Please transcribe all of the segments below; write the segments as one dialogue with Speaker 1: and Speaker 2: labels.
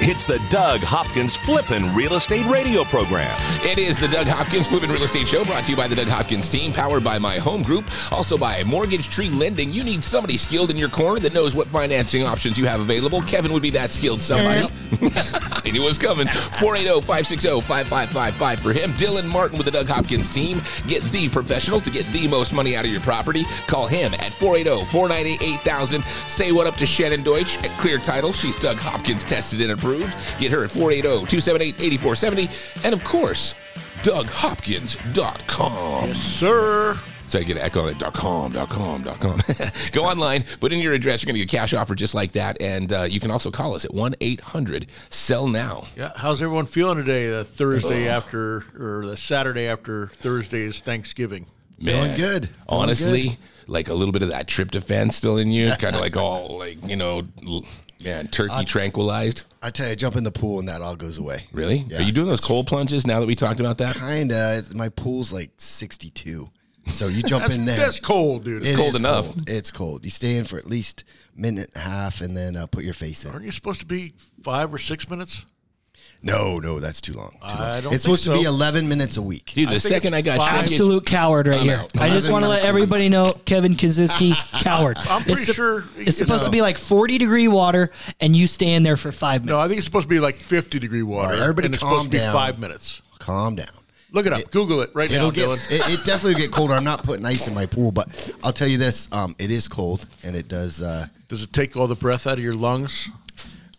Speaker 1: It's the Doug Hopkins Flippin' Real Estate Radio Program.
Speaker 2: It is the Doug Hopkins Flippin' Real Estate Show brought to you by the Doug Hopkins team, powered by my home group, also by Mortgage Tree Lending. You need somebody skilled in your corner that knows what financing options you have available. Kevin would be that skilled somebody. I knew it was coming. oh, 480 560 5555 for him. Dylan Martin with the Doug Hopkins team. Get the professional to get the most money out of your property. Call him at oh, 480 498 8000. Say what up to Shannon Deutsch at Clear Title. She's Doug Hopkins tested and approved. Get her at oh, 480 278 8470. And of course, DougHopkins.com. Yes, sir. So I get an echo on it. Dot com, dot com, dot com. Go online, put in your address. You're going to get a cash offer just like that. And uh, you can also call us at 1 800 Sell Now.
Speaker 3: Yeah, how's everyone feeling today? The Thursday
Speaker 4: Oh.
Speaker 3: after, or the Saturday after Thursday is Thanksgiving.
Speaker 2: Man,
Speaker 4: Feeling good. Feeling
Speaker 2: honestly, like a little bit of that tryptophan still in you, kind of like all like you know, l- man, turkey tranquilized.
Speaker 4: I tell you, jump in the pool and that all goes away.
Speaker 2: Really?
Speaker 4: Yeah.
Speaker 2: Are you doing those cold plunges now that we talked about that?
Speaker 4: Kinda. It's, my pool's like 62, so you jump
Speaker 3: That's,
Speaker 4: in there.
Speaker 3: that's cold, dude.
Speaker 4: It
Speaker 2: cold
Speaker 4: is
Speaker 2: enough.
Speaker 4: cold. It's cold. You stay in for at least minute and a half, and then uh, put your face in.
Speaker 3: Aren't you supposed to be five or six minutes?
Speaker 4: No, no, that's too long. Too
Speaker 3: I
Speaker 4: long.
Speaker 3: don't
Speaker 4: it's
Speaker 3: think
Speaker 4: supposed to be
Speaker 3: so.
Speaker 4: 11 minutes a week.
Speaker 2: Dude, the
Speaker 3: think
Speaker 2: second I
Speaker 3: it's
Speaker 2: got
Speaker 3: five-
Speaker 2: shrinkage-
Speaker 5: Absolute coward right
Speaker 2: I'm
Speaker 5: here.
Speaker 2: out.
Speaker 5: I just want to let everybody know Kevin Kaziski, coward.
Speaker 3: I'm pretty
Speaker 5: it's, sup-
Speaker 3: sure
Speaker 5: it's supposed to be like 40 degree water and you stay in there for five
Speaker 3: No,
Speaker 5: minutes.
Speaker 3: I think it's supposed to be like 50 degree water.
Speaker 4: All right, everybody
Speaker 3: and it's
Speaker 4: calm
Speaker 3: supposed to be
Speaker 4: down.
Speaker 3: five minutes.
Speaker 4: Calm down.
Speaker 3: Look it up. Google it right now,
Speaker 4: It'll get,
Speaker 3: Dylan.
Speaker 4: it, it definitely get colder. I'm not putting ice in my pool, but I'll tell you this: um, it is cold, and it does. Uh,
Speaker 3: Does it take all the breath out of your lungs?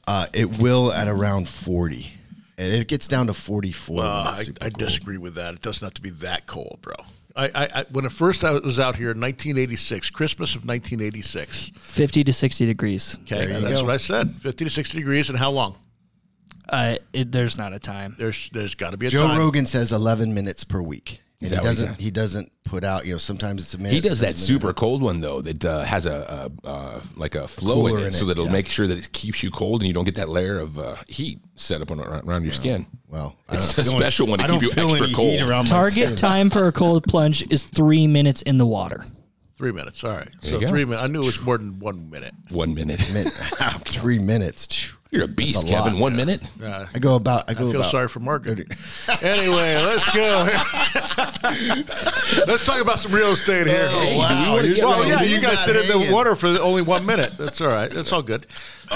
Speaker 4: uh, it will at around 40, and it gets down to 44. when
Speaker 3: Uh,
Speaker 4: it's Oh, super
Speaker 3: I, I
Speaker 4: cold.
Speaker 3: disagree with that. It does not to be that cold, bro. I, I, I when at first I was out here in 1986, Christmas of 1986.
Speaker 5: 50 to 60 degrees.
Speaker 3: Okay,
Speaker 4: There you
Speaker 3: that's
Speaker 4: go.
Speaker 3: what I said. 50 to 60 degrees, and how long?
Speaker 5: Uh, it, there's not a time.
Speaker 3: There's there's got to be a
Speaker 4: Joe
Speaker 3: time.
Speaker 4: Rogan says 11 minutes per week. And
Speaker 2: that
Speaker 4: he
Speaker 2: what he
Speaker 4: doesn't.
Speaker 2: said?
Speaker 4: He doesn't put out. You know, sometimes it's a minute.
Speaker 2: He does that
Speaker 4: sometimes it's a
Speaker 2: super cold one though that uh, has a, a uh, like a flow in
Speaker 4: cooler
Speaker 2: it,
Speaker 4: in
Speaker 2: so
Speaker 4: it,
Speaker 2: that it'll
Speaker 4: yeah.
Speaker 2: make sure that it keeps you cold and you don't get that layer of uh, heat set up on, around around your skin.
Speaker 4: minute. Well, I
Speaker 2: It's
Speaker 4: don't
Speaker 2: a
Speaker 4: feel
Speaker 2: special one to
Speaker 4: I don't
Speaker 2: keep you
Speaker 4: feel
Speaker 2: extra
Speaker 4: any
Speaker 2: cold.
Speaker 4: heat around my
Speaker 5: Target
Speaker 4: skin.
Speaker 5: time for a cold plunge is three minutes in the water.
Speaker 3: Three minutes. All right.
Speaker 2: you
Speaker 3: So
Speaker 2: go.
Speaker 3: three minutes. I knew it was more than one minute.
Speaker 2: One minute,
Speaker 4: Min- Ah, Three minutes. Phew.
Speaker 2: you're a beast,
Speaker 4: a
Speaker 2: Kevin.
Speaker 4: lot,
Speaker 2: one minute.
Speaker 4: I go about. I go
Speaker 3: I feel
Speaker 4: about.
Speaker 3: sorry for Margaret. anyway, let's go. let's talk about some real estate here.
Speaker 2: Hey, wow. we wanna get
Speaker 3: Oh, Well,
Speaker 2: ready.
Speaker 3: yeah,
Speaker 2: Leave
Speaker 3: you guys
Speaker 4: that
Speaker 3: sit in the
Speaker 4: hanging.
Speaker 3: water for the- only one minute. That's all right. That's all good.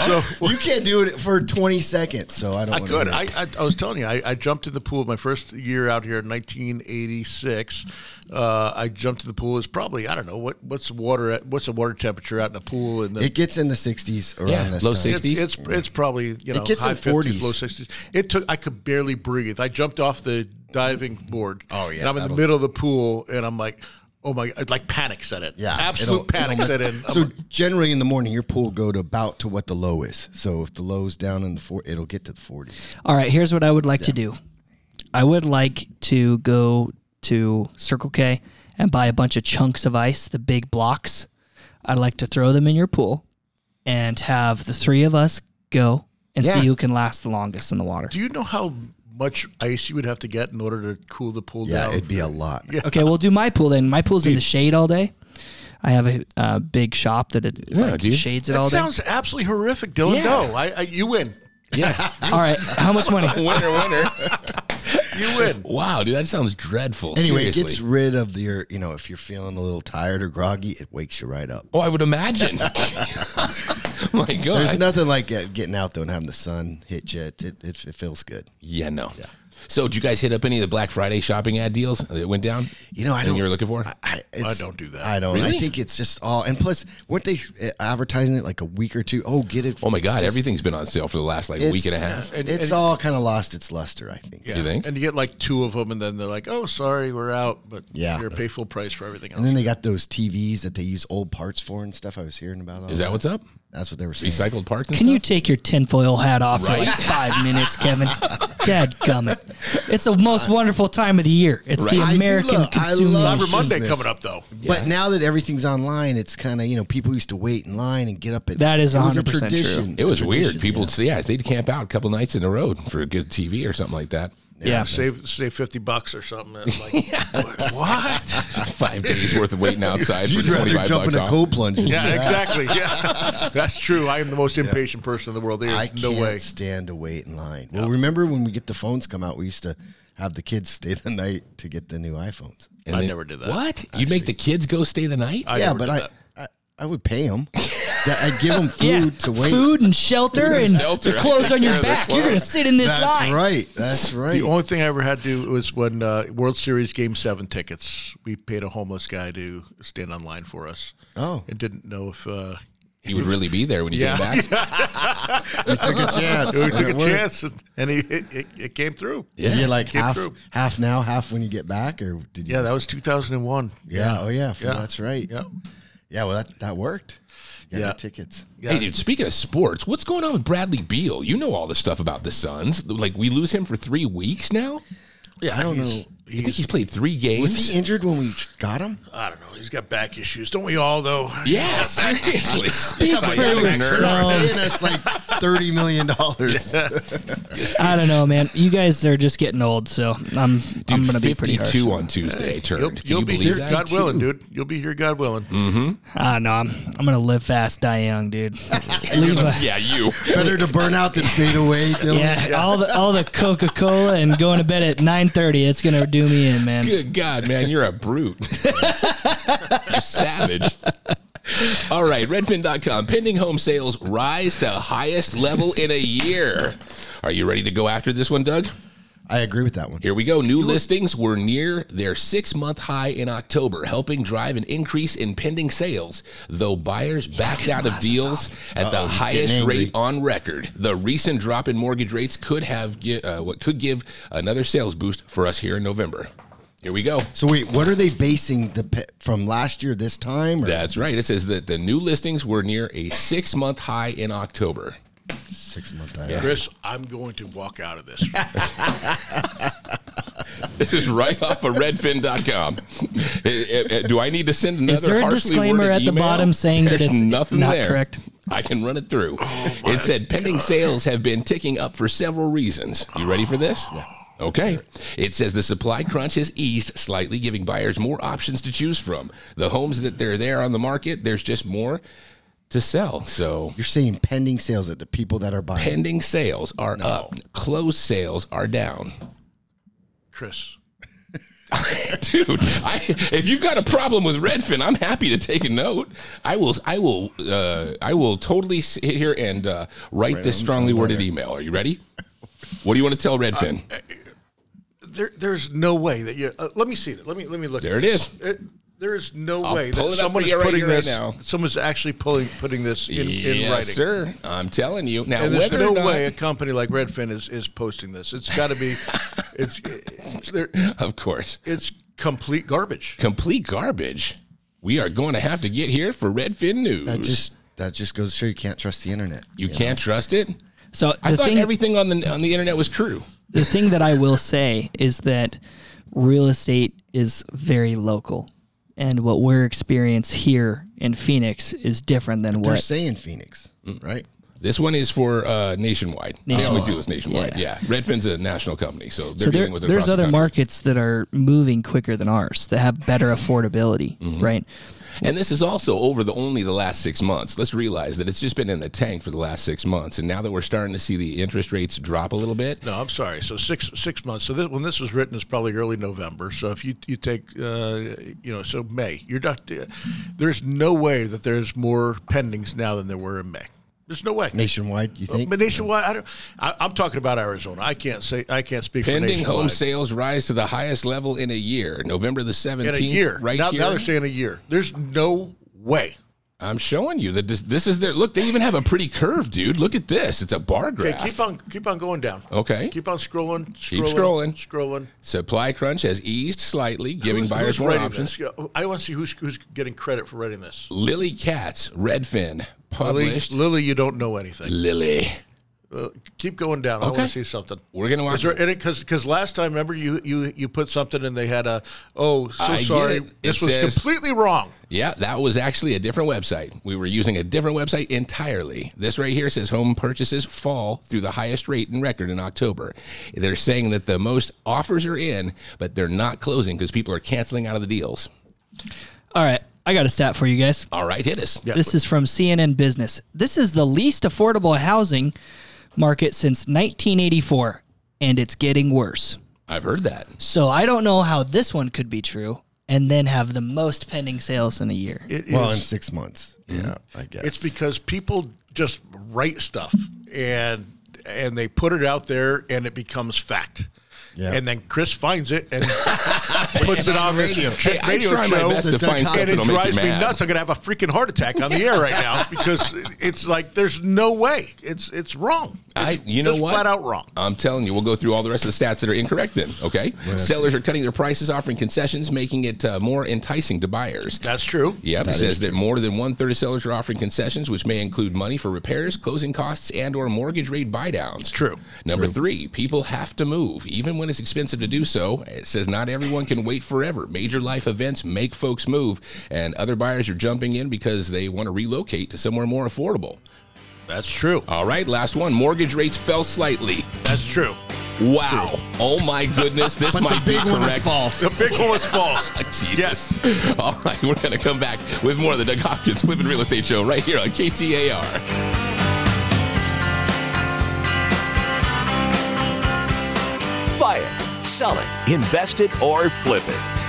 Speaker 3: So
Speaker 4: You can't do it for 20 seconds, so I don't.
Speaker 3: I
Speaker 4: wanna
Speaker 3: could.
Speaker 4: do it.
Speaker 3: I, I, I was telling you, I, I jumped in the pool my first year out here in 1986. Uh, I jumped in the pool. It's probably I don't know what what's the water at, what's the water temperature out in the pool in the
Speaker 4: it gets in the 60s around
Speaker 2: Yeah,
Speaker 4: this
Speaker 2: low
Speaker 4: time.
Speaker 2: 60s.
Speaker 3: It's, it's it's probably you know
Speaker 4: gets
Speaker 3: high
Speaker 4: in
Speaker 3: 50s,
Speaker 4: 40s.
Speaker 3: low 60s. It took I could barely breathe. I jumped off the diving board.
Speaker 4: Oh, yeah,
Speaker 3: And I'm in the
Speaker 4: that'll-
Speaker 3: middle of the pool and I'm like, "Oh my god, like panic set in.
Speaker 4: Yeah,
Speaker 3: Absolute
Speaker 4: it'll-
Speaker 3: panic
Speaker 4: it'll
Speaker 3: set
Speaker 4: mess-
Speaker 3: in. I'm
Speaker 4: So
Speaker 3: like,
Speaker 4: generally in the morning, your pool go to about to what the low is. So if the low's down in the four, it'll get to the 40s.
Speaker 5: All right, here's what I would like to do. I would like to go to Circle K and buy a bunch of chunks of ice, the big blocks. I'd like to throw them in your pool and have the three of us go and
Speaker 4: Yeah.
Speaker 5: see who can last the longest in the water.
Speaker 3: do you know how much ice you would have to get in order to cool the pool
Speaker 4: Yeah,
Speaker 3: down?
Speaker 4: it'd be a lot.
Speaker 5: Okay, we'll do my pool then. My pool's in the shade all day. I have a uh, big shop that it
Speaker 2: Yeah,
Speaker 5: like,
Speaker 2: dude.
Speaker 5: shades it
Speaker 3: that
Speaker 5: all day.
Speaker 3: sounds absolutely horrific, Dylan.
Speaker 2: Yeah.
Speaker 3: No, I, I you win.
Speaker 5: all right, how much money?
Speaker 2: winner, winner.
Speaker 3: You win.
Speaker 2: wow, dude, that sounds dreadful.
Speaker 4: Anyway,
Speaker 2: Seriously.
Speaker 4: it gets rid of your, you know, if you're feeling a little tired or groggy, it wakes you right up.
Speaker 2: Oh, I would imagine. My God.
Speaker 4: There's nothing like uh, getting out though and having the sun hit you. It, it, it, it feels good.
Speaker 2: yeah, no. So, did you guys hit up any of the Black Friday shopping ad deals that went down?
Speaker 4: You know, I
Speaker 2: Anything
Speaker 4: don't.
Speaker 2: you were looking for?
Speaker 4: I, I, it's-
Speaker 3: don't do that.
Speaker 4: I don't.
Speaker 2: Really?
Speaker 4: I think it's just all. And plus, weren't they uh, advertising it like a week or two? Oh, get it.
Speaker 2: oh my
Speaker 4: it's
Speaker 2: God,
Speaker 4: just-
Speaker 2: everything's been on sale for the last like week and a
Speaker 4: it's-
Speaker 2: half.
Speaker 3: And-
Speaker 4: it's
Speaker 3: and-
Speaker 4: all kind of lost its luster, I think.
Speaker 3: Yeah.
Speaker 2: You think?
Speaker 3: And you get like two of them, and then they're like, "Oh, sorry, we're out," but
Speaker 4: Yeah.
Speaker 3: you're pay full price for everything else.
Speaker 4: And then they got those TVs that they use old parts for and stuff. I was hearing about. All
Speaker 2: Is that what's up?
Speaker 4: That's what they were saying.
Speaker 2: Recycled parts. And
Speaker 5: Can
Speaker 2: stuff?
Speaker 5: you take your tinfoil hat off for like
Speaker 2: Right.
Speaker 5: five minutes, Kevin? Dad gummit. It's the most wonderful time of the year. It's the
Speaker 2: Right.
Speaker 4: I do
Speaker 5: American
Speaker 4: love- I
Speaker 5: consumer.
Speaker 4: love-
Speaker 3: Cyber Monday
Speaker 4: Business.
Speaker 3: coming up though.
Speaker 4: But now that everything's online, it's kind of you know people used to wait in line and get up at
Speaker 5: That is
Speaker 4: it was a
Speaker 5: 100% true.
Speaker 4: tradition-
Speaker 2: It was weird.
Speaker 4: tradition,
Speaker 2: People,
Speaker 4: yeah.
Speaker 2: would yeah, they'd camp out a couple nights in a row for a good TV or something like that.
Speaker 5: yeah.
Speaker 3: Save save fifty bucks or something. And I'm like, what?
Speaker 2: Five days worth of waiting outside for
Speaker 4: You'd rather
Speaker 2: twenty five
Speaker 4: jump
Speaker 2: bucks
Speaker 4: in a
Speaker 2: off.
Speaker 4: cold plunge.
Speaker 3: Yeah, exactly. Yeah, that's true. I am the most impatient person in the world. There's
Speaker 4: I
Speaker 3: no
Speaker 4: can't
Speaker 3: way.
Speaker 4: stand to wait in line. Well, remember when we get the phones come out? We used to have the kids stay the night to get the new iPhones.
Speaker 2: And
Speaker 3: I
Speaker 2: then-
Speaker 3: never did that.
Speaker 2: What? You'd make the kids go stay the night?
Speaker 3: I
Speaker 4: yeah,
Speaker 3: never
Speaker 4: but
Speaker 3: did
Speaker 4: I,
Speaker 3: that.
Speaker 4: I I would pay them. I'd give them food
Speaker 5: Yeah,
Speaker 4: to wait.
Speaker 5: food and shelter and
Speaker 2: shelter.
Speaker 5: the clothes on your
Speaker 2: Yeah, the
Speaker 5: back. You're
Speaker 2: clothes.
Speaker 5: gonna sit in this
Speaker 4: That's
Speaker 5: line.
Speaker 4: right. That's right.
Speaker 3: The only thing I ever had to do was when uh, World Series Game Seven tickets. We paid a homeless guy to stand on line for us.
Speaker 4: Oh.
Speaker 3: and didn't know if uh,
Speaker 2: You would really be there when you
Speaker 3: Yeah.
Speaker 2: came back.
Speaker 4: you took a chance.
Speaker 3: we
Speaker 4: and
Speaker 3: took
Speaker 4: it
Speaker 3: a
Speaker 4: worked.
Speaker 3: chance, and, and he, it, it, it came through.
Speaker 4: Were you like
Speaker 3: Came
Speaker 4: half
Speaker 3: through.
Speaker 4: half now, half when you get back, or did you?
Speaker 3: Yeah, that was 2001.
Speaker 4: Yeah. Oh yeah.
Speaker 3: Yeah.
Speaker 4: That's right.
Speaker 3: Yeah.
Speaker 4: Yeah. Well, that that worked. You got
Speaker 3: Yeah.
Speaker 4: your tickets.
Speaker 3: Yeah.
Speaker 2: Hey, dude, speaking of sports, what's going on with Bradley Beal? You know all the stuff about the Suns. Like, we lose him for three weeks now?
Speaker 3: yeah,
Speaker 4: I don't
Speaker 3: he's-
Speaker 4: know.
Speaker 2: I think he's played three games.
Speaker 4: Was he injured when we got him?
Speaker 3: I don't know. He's got back issues. Don't we all, though?
Speaker 2: yeah, seriously. Speak
Speaker 5: for yourself.
Speaker 4: And that's like thirty million dollars.
Speaker 5: I don't know, man. You guys are just getting old, so I'm I'm
Speaker 2: Dude,
Speaker 5: gonna be pretty harsh.
Speaker 2: 52 on Tuesday turned.
Speaker 3: You'll,
Speaker 2: Can
Speaker 3: you'll
Speaker 2: you
Speaker 3: be
Speaker 2: believe
Speaker 3: here,
Speaker 2: that? Hmm.
Speaker 3: God willing, dude. You'll be here, God willing.
Speaker 5: I don't know. I'm I'm gonna live fast, die young, dude. Leave a,
Speaker 2: Yeah, you.
Speaker 4: Better to burn out than fade away. Dylan.
Speaker 5: yeah, all the all the Coca Cola and going to bed at nine thirty. It's gonna do me in, man.
Speaker 2: Good God, man, you're a brute. you're savage. All right, redfin.com. Pending home sales rise to highest level in a year. Are you ready to go after this one, Doug?
Speaker 4: I agree with that one.
Speaker 2: Here we go. New listings were near their six month high in October, helping drive an increase in pending sales, though buyers backed out of deals at the highest
Speaker 4: angry.
Speaker 2: rate on record. The recent drop in mortgage rates could have gi- uh, what could give another sales boost for us here in November. Here we go.
Speaker 4: So wait, what are they basing the pe- from last year this time? Or
Speaker 2: That's right. It says that the new listings were near a six month high in October.
Speaker 4: six month.
Speaker 3: Chris, I'm going to walk out of this.
Speaker 2: This is right off of redfin.com. Eh, eh, eh, Do I need to send another
Speaker 5: there a
Speaker 2: harshly
Speaker 5: disclaimer
Speaker 2: worded
Speaker 5: at the
Speaker 2: email?
Speaker 5: bottom saying that
Speaker 2: There's
Speaker 5: it's
Speaker 2: nothing
Speaker 5: not
Speaker 2: there.
Speaker 5: correct?
Speaker 2: I can run it through. it said pending sales have been ticking up for several reasons. You ready for this? Okay. It says the supply crunch has eased slightly, giving buyers more options to choose from. The homes that they're there on the market, there's just more to sell. So
Speaker 4: You're saying pending sales at the people that are buying.
Speaker 2: pending sales are up, closed sales are down.
Speaker 3: Chris.
Speaker 2: Dude, I, if you've got a problem with Redfin, I'm happy to take a note. I will, I will, uh, I will totally sit here and uh, write this strongly worded email. Are you ready? What do you want to tell Redfin?
Speaker 3: Uh, There, there's no way that you. Uh, let me see that. Let me let me look.
Speaker 2: There it is.
Speaker 3: It- there is no
Speaker 2: I'll
Speaker 3: way
Speaker 2: pull
Speaker 3: that
Speaker 2: it up
Speaker 3: someone
Speaker 2: for
Speaker 3: is
Speaker 2: you right
Speaker 3: putting
Speaker 2: here, right
Speaker 3: this.
Speaker 2: now.
Speaker 3: Someone's actually pulling putting this in, in
Speaker 2: yes,
Speaker 3: writing.
Speaker 2: sir. I'm telling you now.
Speaker 3: And there's
Speaker 2: whether
Speaker 3: no
Speaker 2: or not,
Speaker 3: way a company like Redfin is, is posting this. It's got to be, it's it's, there-
Speaker 2: of course,
Speaker 3: it's complete garbage.
Speaker 2: complete garbage. We are going to have to get here for Redfin news.
Speaker 4: That just that just goes to show you can't trust the internet.
Speaker 2: you can't trust it.
Speaker 5: So
Speaker 2: I
Speaker 5: the
Speaker 2: thought
Speaker 5: thing
Speaker 2: everything on the on the internet was true.
Speaker 5: the thing that I will say is that real estate is very local, and what we're experiencing here in Phoenix is different than
Speaker 4: They're
Speaker 5: what
Speaker 4: saying Phoenix, right?
Speaker 2: This one is for uh, nationwide. They
Speaker 5: Nationwide.
Speaker 2: always do this nationwide. Yeah. Redfin's a national company, so they're
Speaker 5: so there,
Speaker 2: dealing with it
Speaker 5: there's
Speaker 2: across the
Speaker 5: other
Speaker 2: country.
Speaker 5: markets that are moving quicker than ours that have better
Speaker 2: Mm-hmm.
Speaker 5: affordability, right?
Speaker 2: And this is also over the only the last six months. Let's realize that it's just been in the tank for the last six months, and now that we're starting to see the interest rates drop a little bit,
Speaker 3: No, I'm sorry. So six six months. So this, when this was written, is probably early November. So if you you take, uh, you know, so May, you're not. there's no way that there's more pendings now than there were in May. There's no way.
Speaker 4: Nationwide, you think?
Speaker 3: But nationwide, I don't. I, I'm talking about Arizona. I can't say. I can't speak for
Speaker 2: pending
Speaker 3: nationwide.
Speaker 2: home sales rise to the highest level in a year. November the
Speaker 3: in a
Speaker 2: seventeenth,
Speaker 3: year.
Speaker 2: right
Speaker 3: now,
Speaker 2: here.
Speaker 3: now they're saying a year. There's no way.
Speaker 2: I'm showing you that this, this is their look. They even have a pretty curve, dude. Look at this; it's a bar graph.
Speaker 3: Okay, keep on keep on going down.
Speaker 2: Okay.
Speaker 3: Keep on scrolling. scrolling
Speaker 2: Keep scrolling.
Speaker 3: Scrolling.
Speaker 2: Supply crunch has eased slightly, giving
Speaker 3: Who's-
Speaker 2: buyers
Speaker 3: who's
Speaker 2: more
Speaker 3: writing
Speaker 2: options.
Speaker 3: this? I want to see who's who's getting credit for writing this.
Speaker 2: Lily Katz, Redfin,
Speaker 3: Lily,
Speaker 2: published.
Speaker 3: Lily, you don't know anything.
Speaker 2: Lily.
Speaker 3: Uh, keep going down. I
Speaker 2: Okay.
Speaker 3: want to see something.
Speaker 2: We're gonna watch
Speaker 3: Is there any because because last time remember you you you put something and they had a oh so
Speaker 2: I get
Speaker 3: sorry
Speaker 2: it. It
Speaker 3: this was
Speaker 2: says-
Speaker 3: completely wrong.
Speaker 2: Yeah, that was actually a different website. We were using a different website entirely. This right here says home purchases fall through the highest rate in record in October. They're saying that the most offers are in, but they're not closing because people are canceling out of the deals.
Speaker 5: All right, I got a stat for you guys.
Speaker 2: All right, hit us.
Speaker 5: This is from CNN Business. This is the least affordable housing market since 1984, and it's getting worse.
Speaker 2: I've heard that.
Speaker 5: So I don't know how this one could be true and then have the most pending sales in a year.
Speaker 3: It is.
Speaker 4: Well, in six months. Yeah, I guess.
Speaker 3: it's because people just write stuff and and they put it out there and it becomes fact.
Speaker 4: Yeah.
Speaker 3: And then Chris finds it and puts it on this
Speaker 4: radio.
Speaker 3: chick
Speaker 2: Hey, I
Speaker 3: radio
Speaker 2: try my
Speaker 3: show.
Speaker 2: best to find stuff
Speaker 3: and it
Speaker 2: that'll make you
Speaker 3: drives me
Speaker 2: mad.
Speaker 3: nuts. I'm gonna have a freaking heart attack on the air right now because it's like there's no way. It's it's wrong.
Speaker 2: I,
Speaker 3: It's
Speaker 2: you know
Speaker 3: just
Speaker 2: what?
Speaker 3: Flat out wrong.
Speaker 2: I'm telling you, we'll go through all the rest of the stats that are incorrect. Then, okay, sellers are cutting their prices, offering concessions, making it uh, more enticing to buyers.
Speaker 3: That's true.
Speaker 2: Yep, it says that more than one third of sellers are offering concessions, which may include money for repairs, closing costs, and/or mortgage rate buydowns.
Speaker 3: True.
Speaker 2: Number three, people have to move, even when it's expensive to do so. It says not everyone can wait forever. Major life events make folks move, and other buyers are jumping in because they want to relocate to somewhere more affordable.
Speaker 3: That's true.
Speaker 2: All right, last one. Mortgage rates fell slightly.
Speaker 3: That's true.
Speaker 2: Wow! Oh my goodness, this
Speaker 4: but the
Speaker 2: might be
Speaker 4: big one is
Speaker 2: correct.
Speaker 4: false.
Speaker 3: The big one was false.
Speaker 2: Jesus. All right, we're going to come back with more of the Doug Hopkins Flipping Real Estate Show right here on KTAR.
Speaker 1: Buy it, sell it, invest it, or flip it.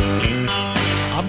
Speaker 3: I'm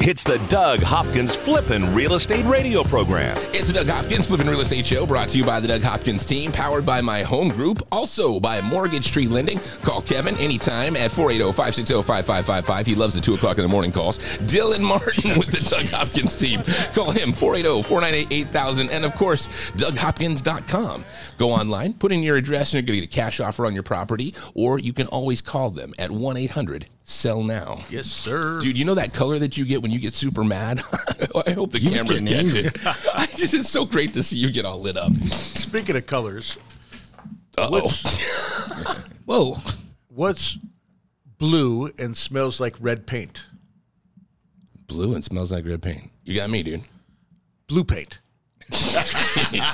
Speaker 1: It's the Doug Hopkins Flippin' Real Estate Radio Program.
Speaker 2: It's the Doug Hopkins Flipping Real Estate Show brought to you by the Doug Hopkins team, powered by my home group, also by Mortgage Tree Lending. Call Kevin anytime at oh, 480 560 5555. He loves the 2 o'clock in the morning calls. Dylan Martin with the Doug Hopkins team. Call him oh, 480 498 8000. And of course, DougHopkins.com. Go online, put in your address, and you're going to get a cash offer on your property, or you can always call them at 1 800 Sell Now.
Speaker 3: Yes, sir.
Speaker 2: Dude, you know that color that you get when you get super mad? Oh, I hope the
Speaker 4: He was
Speaker 2: cameras
Speaker 4: getting
Speaker 2: catch it. I just, it's so great to see you get all lit up.
Speaker 3: Speaking of colors,
Speaker 2: Uh-oh.
Speaker 3: What's,
Speaker 5: Whoa.
Speaker 3: what's blue and smells like red paint?
Speaker 2: Blue and smells like red paint. You got me, dude.
Speaker 3: Blue paint.
Speaker 2: Real?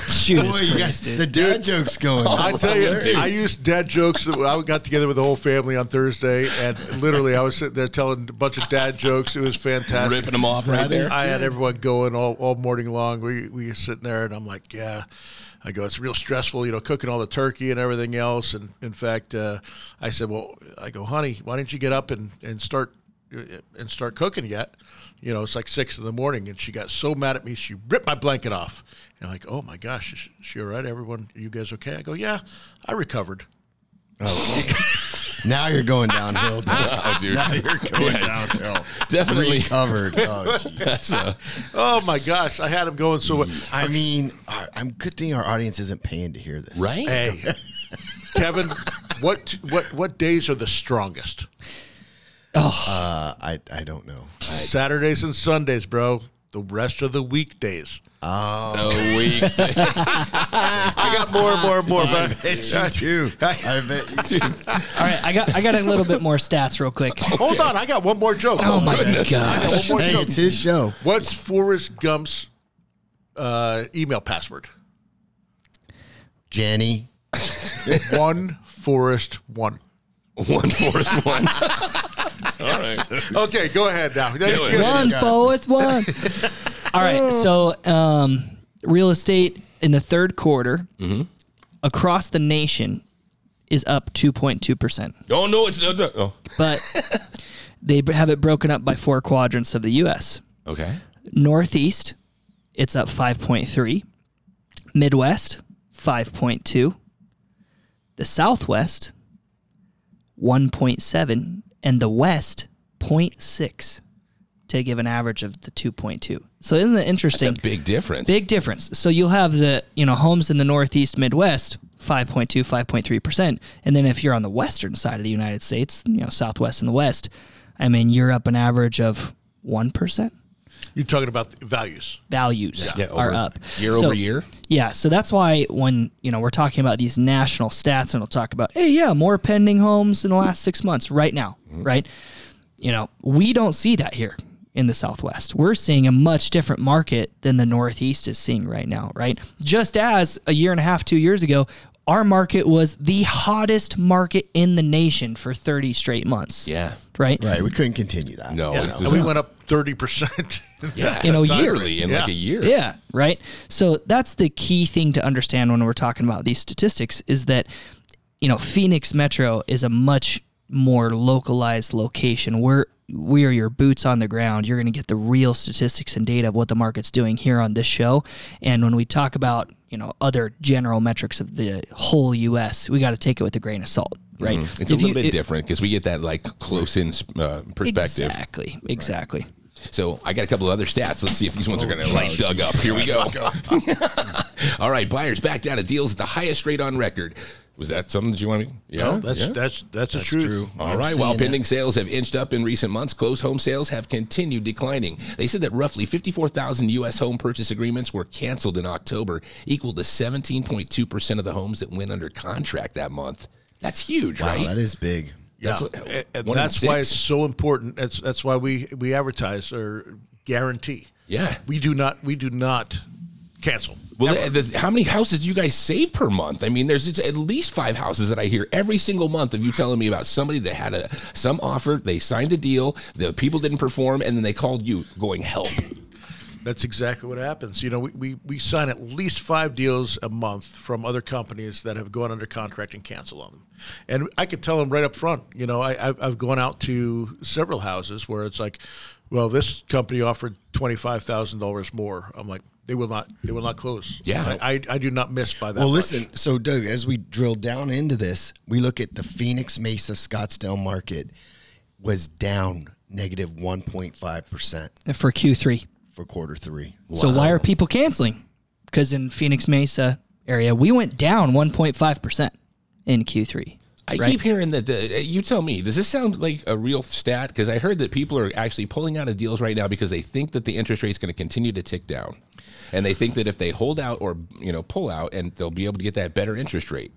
Speaker 5: Shoot.
Speaker 2: Oh,
Speaker 4: Boy, you guys, the dad joke's going.
Speaker 3: I tell you, I used dad jokes. I got together with the whole family on Thursday, and literally, I was sitting there telling a bunch of dad jokes. It was fantastic.
Speaker 2: Ripping them off right
Speaker 4: That is-
Speaker 2: there.
Speaker 3: I had everyone going all, all morning long. We we were sitting there, and I'm like, yeah. I go, it's real stressful, you know, cooking all the turkey and everything else. And in fact, uh, I said, well, I go, honey, why didn't you get up and and start uh, and start cooking yet? You know, it's like six in the morning, and she got so mad at me, she ripped my blanket off. And I'm like, oh my gosh, is she- she all right? Everyone, you guys okay? I go, yeah, I recovered.
Speaker 4: now you're going downhill. dude.
Speaker 2: Oh, dude.
Speaker 4: Now you're going
Speaker 2: Yeah.
Speaker 4: downhill.
Speaker 2: Definitely.
Speaker 4: Recovered. Oh, jeez.
Speaker 3: Oh my gosh, I had him going so. well.
Speaker 4: I mean, I, I'm good thing our audience isn't paying to hear this.
Speaker 2: Right?
Speaker 3: Hey, Kevin, what what what days are the strongest?
Speaker 4: Uh, I I don't know.
Speaker 3: Saturdays and Sundays, bro. The rest of the weekdays.
Speaker 2: No week. I got more and more and more. But
Speaker 4: you do. I bet you do.
Speaker 5: All right, I got I got a little bit more stats real quick.
Speaker 3: Hold on, I got one more joke.
Speaker 5: Oh my
Speaker 2: Oh, goodness. Oh,
Speaker 5: god.
Speaker 3: I got one more
Speaker 4: Hey,
Speaker 3: joke.
Speaker 4: it's his show.
Speaker 3: What's Forrest Gump's uh, email password?
Speaker 4: Jenny.
Speaker 3: One Forrest one.
Speaker 2: one forced one. All right.
Speaker 3: Okay, go ahead now.
Speaker 2: Do it. Oh.
Speaker 5: one foe, it's one. All right, so um, real estate in the third quarter
Speaker 2: Mm-hmm.
Speaker 5: across the nation is up 2.2 percent,
Speaker 2: Oh, no, it's no. Oh.
Speaker 5: but they b- have it broken up by four quadrants of the U.S.
Speaker 2: Okay.
Speaker 5: Northeast, it's up 5.3. Midwest, 5.2. The Southwest, 1.7. And the West, 0.6 to give an average of the 2.2. So isn't it interesting?
Speaker 2: It's a big difference.
Speaker 5: Big difference. So you'll have the, you know, homes in the Northeast, Midwest, 5.2, 5.3%. And then if you're on the Western side of the United States, you know, Southwest and the West, I mean, you're up an average of 1%
Speaker 3: You're talking about the values.
Speaker 5: values
Speaker 2: Yeah,
Speaker 5: are
Speaker 2: over-
Speaker 5: up
Speaker 2: year
Speaker 5: So-
Speaker 2: over year?
Speaker 5: Yeah, so that's why when you know we're talking about these national stats, and we'll talk about, hey, yeah, more pending homes in the last six months right now,
Speaker 2: Mm-hmm.
Speaker 5: right? You know, we don't see that here in the Southwest. We're seeing a much different market than the Northeast is seeing right now, right? Just as a year and a half, two years ago. Our market was the hottest market in the nation for 30 straight months.
Speaker 2: Yeah.
Speaker 5: Right?
Speaker 4: Right, we couldn't continue that.
Speaker 2: No.
Speaker 3: Yeah.
Speaker 2: it
Speaker 3: And
Speaker 2: was-
Speaker 3: we went up 30%.
Speaker 2: yeah.
Speaker 5: in a year.
Speaker 2: Literally in like a
Speaker 3: Yeah.
Speaker 2: year.
Speaker 5: Yeah, right. So that's the key thing to understand when we're talking about these statistics is that you know Phoenix Metro is a much more localized location. We're we are your boots on the ground. You're going to get the real statistics and data of what the market's doing here on this show. And when we talk about you know other general metrics of the whole U.S., we got to take it with a grain of salt, right?
Speaker 2: Mm-hmm. It's a
Speaker 5: If
Speaker 2: little
Speaker 5: you-
Speaker 2: bit
Speaker 5: it-
Speaker 2: different because we get that like close in uh, perspective.
Speaker 5: Exactly, exactly.
Speaker 2: So I got a couple of other stats. Let's see if these ones are going to like dug up. Here we go. All right, buyers back down at deals at the highest rate on record. Was that something that you want to? Yeah,
Speaker 3: No, that's,
Speaker 2: yeah.
Speaker 3: that's, that's the
Speaker 4: That's
Speaker 3: truth.
Speaker 4: true.
Speaker 2: All
Speaker 4: I'm
Speaker 2: right. While
Speaker 4: seeing
Speaker 2: pending
Speaker 4: it.
Speaker 2: sales have inched up in recent months, closed home sales have continued declining. They said that roughly 54,000 U.S. home purchase agreements were canceled in October, equal to 17.2 percent of the homes that went under contract that month. That's huge,
Speaker 4: Wow,
Speaker 2: right?
Speaker 4: that is big.
Speaker 3: Yeah,
Speaker 2: That's what-
Speaker 3: and, and
Speaker 2: one in
Speaker 3: that's why it's
Speaker 2: six.
Speaker 3: so important. That's that's why we we advertise or guarantee.
Speaker 2: Yeah.
Speaker 3: we do not we do not cancel.
Speaker 2: Well, the, the, how many houses do you guys save per month? I mean, there's it's at least five houses that I hear every single month of you telling me about somebody that had a some offer, they signed a deal, the people didn't perform, and then they called you going help.
Speaker 3: That's exactly what happens. You know, we, we, we sign at least five deals a month from other companies that have gone under contract and cancel on them. And I could tell them right up front, you know, I, I've, I've gone out to several houses where it's like, well, this company offered $25,000 more. I'm like, they will not, they will not close.
Speaker 2: Yeah.
Speaker 3: I, I, I do not miss by that.
Speaker 4: Well,
Speaker 3: much.
Speaker 4: listen. So, Doug, as we drill down into this, we look at the Phoenix Mesa Scottsdale market was down negative 1.5 percent
Speaker 5: For Q3.
Speaker 4: for quarter three.
Speaker 5: So why are people canceling? Because in Phoenix Mesa area, we went down 1.5 percent in Q3.
Speaker 2: I
Speaker 5: Right.
Speaker 2: keep hearing that. The, uh, you tell me, does this sound like a real stat? Because I heard that people are actually pulling out of deals right now because they think that the interest rate's going to continue to tick down, and they think that if they hold out or you know pull out, and they'll be able to get that better interest rate.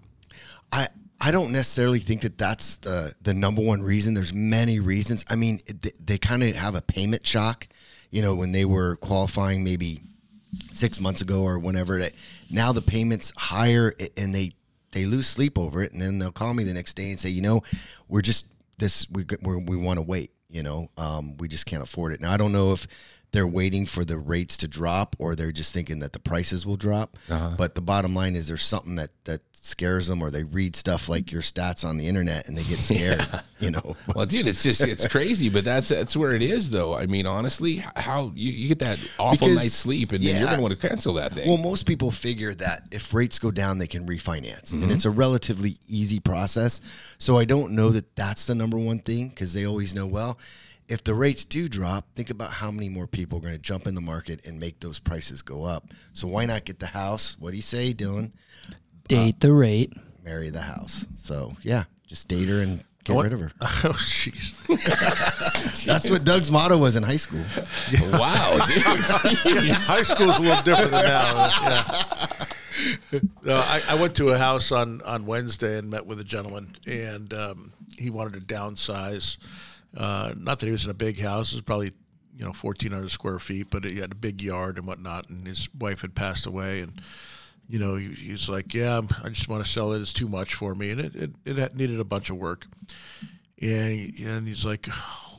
Speaker 4: I I don't necessarily think that that's the the number one reason. There's many reasons. I mean, it- they, they kind of have a payment shock, you know, when they were qualifying maybe six months ago or whenever. It, now the payments higher, a- and they they lose sleep over it, and then they'll call me the next day and say, you know, we're just this we g- we're, we want to wait. You know, um, we just can't afford it. Now I don't know if they're waiting for the rates to drop or they're just thinking that the prices will drop. But the bottom line is there's something that that scares them or they read stuff like your stats on the internet and they get scared. You know,
Speaker 2: Well, dude, it's just it's crazy, but that's that's where it is, though. I mean, honestly, how you, you get that awful
Speaker 4: Because-
Speaker 2: night's sleep, and then you're
Speaker 4: yeah.
Speaker 2: going to want to cancel that thing.
Speaker 4: Well, most people figure that if rates go down, they can refinance,
Speaker 3: Mm-hmm.
Speaker 4: and it's a relatively easy process. So I don't know that that's the number one thing because they always know well. If the rates do drop, think about how many more people are going to jump in the market and make those prices go up. So why not get the house? What do you say, Dylan?
Speaker 5: Date the rate.
Speaker 4: Marry the house. So yeah, just date her and get
Speaker 3: What?
Speaker 4: rid of her.
Speaker 3: Oh, jeez.
Speaker 4: That's what Doug's motto was in high school.
Speaker 2: wow, dude. Jeez.
Speaker 3: High school's a little different than now. yeah. No, I, I went to a house on, on Wednesday and met with a gentleman, and um, he wanted to downsize. Uh, not that he was in a big house; it was probably you know fourteen hundred square feet, but he had a big yard and whatnot. And his wife had passed away, and you know he, he was like, "Yeah, I'm- I just want to sell it. It's too much for me," and it it, it had- needed a bunch of work. And and he's like,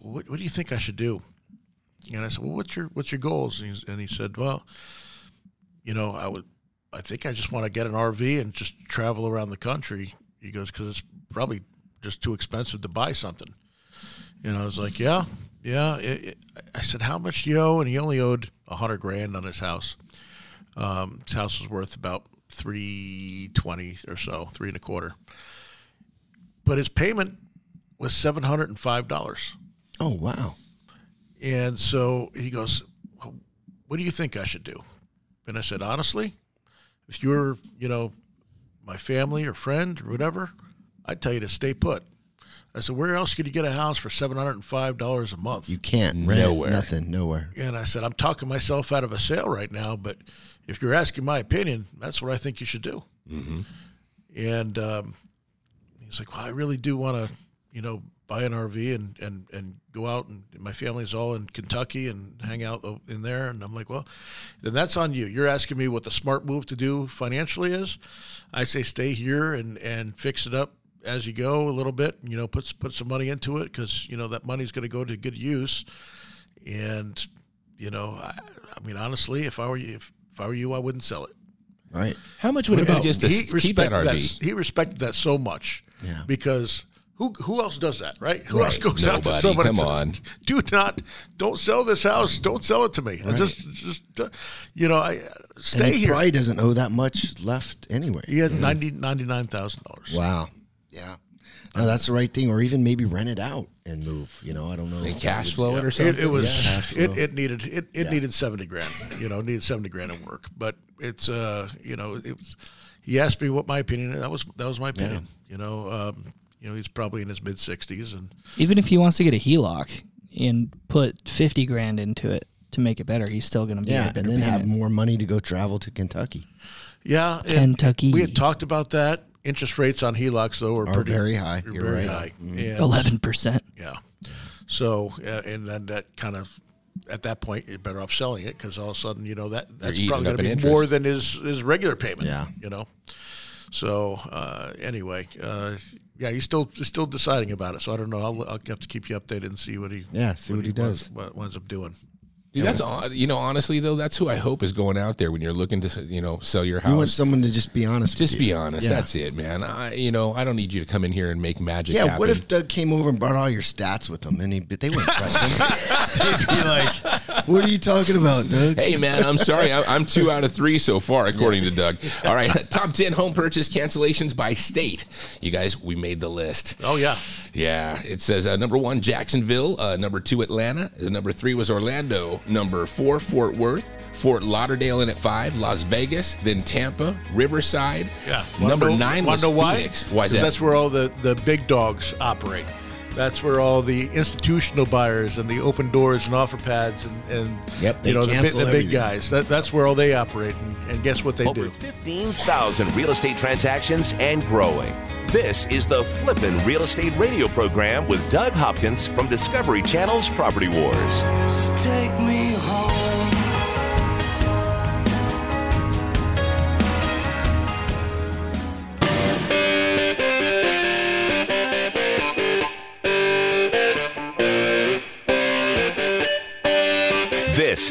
Speaker 3: "What what do you think I should do?" And I said, "Well, what's your what's your goals?" And, he's, and he said, "Well, you know, I would, I think I just want to get an RV and just travel around the country." He goes, "Because it's probably just too expensive to buy something." And I was like, "Yeah, yeah." It, it, I said, "How much do you owe?" And he only owed a hundred grand on his house. Um, his house was worth about three twenty or so, three and a quarter. But his payment was seven hundred and five dollars.
Speaker 4: Oh wow,
Speaker 3: And so he goes, "What do you think I should do?" And I said, "Honestly, if you're, you know, my family or friend or whatever, I'd tell you to stay put." I said, "Where else could you get a house for seven hundred and five dollars a month?"
Speaker 4: you can't rent
Speaker 2: Nowhere.
Speaker 4: nothing, nowhere.
Speaker 3: and I said, "I'm talking myself out of a sale right now, but if you're asking my opinion, that's what I think you should do." And um, he's like, "Well, I really do want to, you know, buy an RV and and and go out, and my family's all in Kentucky and hang out o- in there." And I'm like, "Well, then that's on you. You're asking me what the smart move to do financially is. I say stay here and and fix it up." As you go a little bit, you know, put s- put some money into it because you know that money's going to go to good use, and you know, I, I mean, honestly, if I were you, if, if I were you, I wouldn't sell it.
Speaker 4: Right?
Speaker 2: How much would it be
Speaker 3: Oh,
Speaker 2: just to s- keep that
Speaker 3: respected
Speaker 2: RV?
Speaker 3: He respected that so much
Speaker 4: Yeah.
Speaker 3: because who who else does that, right? Who else
Speaker 2: Right.
Speaker 3: goes out to
Speaker 2: Nobody.
Speaker 3: somebody? and
Speaker 2: Come
Speaker 3: says,
Speaker 2: on.
Speaker 3: do not, don't sell this house. Don't sell it to me. I Just, just, uh, you know, I
Speaker 4: and
Speaker 3: stay
Speaker 4: he
Speaker 3: here.
Speaker 4: probably doesn't owe that much left anyway.
Speaker 3: He
Speaker 2: Mm-hmm.
Speaker 3: had ninety ninety nine thousand dollars.
Speaker 4: Wow. Yeah. No, that's the right thing. Or even maybe rent it out and move. You know, I don't know.
Speaker 2: And
Speaker 4: if that
Speaker 2: cash
Speaker 4: would-
Speaker 2: flow it or something.
Speaker 3: It, it was
Speaker 4: Yeah, cash
Speaker 3: it,
Speaker 4: flow.
Speaker 3: it needed it, it needed seventy grand you know needed seventy grand in work but it's uh you know it was he asked me what my opinion that was that was my opinion you know um, you know he's probably in his mid sixties and
Speaker 5: Even if he wants to get a E HELOC and put fifty grand into it to make it better, he's still going to be
Speaker 4: Yeah.
Speaker 5: at a
Speaker 4: and
Speaker 5: better
Speaker 4: then have
Speaker 5: payment.
Speaker 4: more money to go travel to Kentucky.
Speaker 3: yeah and
Speaker 5: Kentucky.
Speaker 3: we had talked about that interest rates on HELOCs though are,
Speaker 4: Are
Speaker 3: pretty
Speaker 4: very high.
Speaker 3: are
Speaker 4: You're
Speaker 3: very
Speaker 4: right.
Speaker 3: high and
Speaker 5: eleven percent.
Speaker 3: Yeah. So, uh, and then that kind of, at that point, you're better off selling it because all of a sudden, you know, that that's
Speaker 2: eating
Speaker 3: probably
Speaker 2: up
Speaker 3: going to be
Speaker 2: an
Speaker 3: more
Speaker 2: interest.
Speaker 3: than his, his regular payment.
Speaker 4: Yeah.
Speaker 3: You know? So, uh, anyway, uh, yeah, he's still he's still deciding about it. So I don't know. I'll, I'll have to keep you updated and see what he
Speaker 4: Yeah, see what he does.
Speaker 3: What, what ends up doing.
Speaker 2: Dude, that's all, you know, honestly though, that's who I hope is going out there when you're looking to you know sell your house.
Speaker 4: You want someone to just be honest.
Speaker 2: just
Speaker 4: with you.
Speaker 2: be honest.
Speaker 4: Yeah.
Speaker 2: That's it, man. I you know I don't need you to come in here and make magic.
Speaker 4: Yeah.
Speaker 2: happen.
Speaker 4: What if Doug came over and brought all your stats with him and he, but they wouldn't trust him? They'd be like, What are you talking about, Doug?
Speaker 2: Hey, man, I'm sorry. I'm, I'm two out of three so far, according to Doug. All right, top 10 home purchase cancellations by state. You guys, we made the list.
Speaker 3: Oh yeah.
Speaker 2: Yeah, it says uh, number one, Jacksonville. Uh, number two, Atlanta. Uh, number three was Orlando. Number four, Fort Worth. Fort Lauderdale in at five, Las Vegas, then Tampa, Riverside.
Speaker 3: Yeah.
Speaker 2: number
Speaker 3: Wonder-
Speaker 2: nine was
Speaker 3: wonder
Speaker 2: Phoenix. Why is
Speaker 3: 'Cause
Speaker 2: that?
Speaker 3: That's where all the, the big dogs operate. That's where all the institutional buyers and the open doors and offer pads and, and
Speaker 4: Yep, they
Speaker 3: you know the, big-
Speaker 4: cancel
Speaker 3: the big
Speaker 4: everything.
Speaker 3: guys. That, that's where all they operate. And, and guess what they
Speaker 1: Over
Speaker 3: do?
Speaker 1: 15,000 real estate transactions and growing. This is the Flippin' Real Estate Radio program with Doug Hopkins from Discovery Channel's Property Wars.
Speaker 6: So take me home.
Speaker 1: This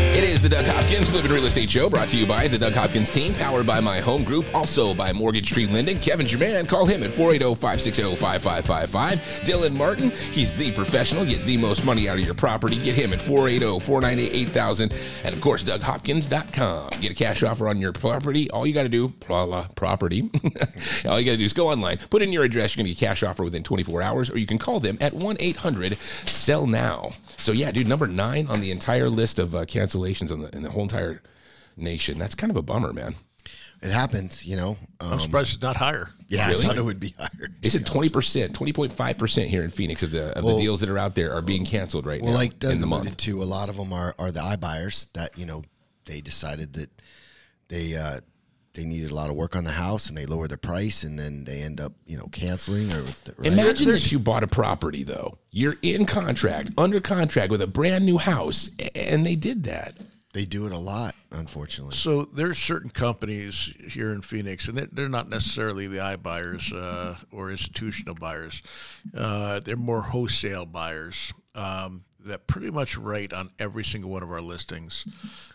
Speaker 2: It is the Doug Hopkins Living Real Estate Show brought to you by the Doug Hopkins team, powered by my home group, also by Mortgage Tree Lending. Kevin's your man. Call him at oh, 480 560 5555. Dylan Martin, he's the professional. Get the most money out of your property. Get him at oh, 480 498 8000. And of course, DougHopkins.com. uh, Get a cash offer on your property. All you got to do, blah, blah, property. All you got to do is go online, put in your address. You're going to get a cash offer within 24 hours, or you can call them at 1 800 Sell Now. So yeah, dude, number nine on the entire list of uh, cancellations on the, in the whole entire nation. That's kind of a bummer, man.
Speaker 4: It happens, you know. Um,
Speaker 3: I'm surprised it's not higher.
Speaker 4: yeah,
Speaker 2: Really?
Speaker 4: I thought it would be higher.
Speaker 2: Is it twenty percent, twenty point five percent here in Phoenix of the of the deals that are out there are being canceled right
Speaker 4: Well,
Speaker 2: now
Speaker 4: like Doug
Speaker 2: in the
Speaker 4: alluded
Speaker 2: month?
Speaker 4: to, a lot of them are, are the iBuyers that you know they decided that they uh, they needed a lot of work on the house and they lower the price and then they end up you know canceling or with the- right?
Speaker 2: Imagine if you bought a property though. You're in contract, under contract with a brand new house, a- and they did that.
Speaker 4: they do it a lot, unfortunately.
Speaker 3: So there's certain companies here in Phoenix, and they're, they're not necessarily the iBuyers uh, or institutional buyers. Uh, they're more wholesale buyers um, that pretty much rate on every single one of our listings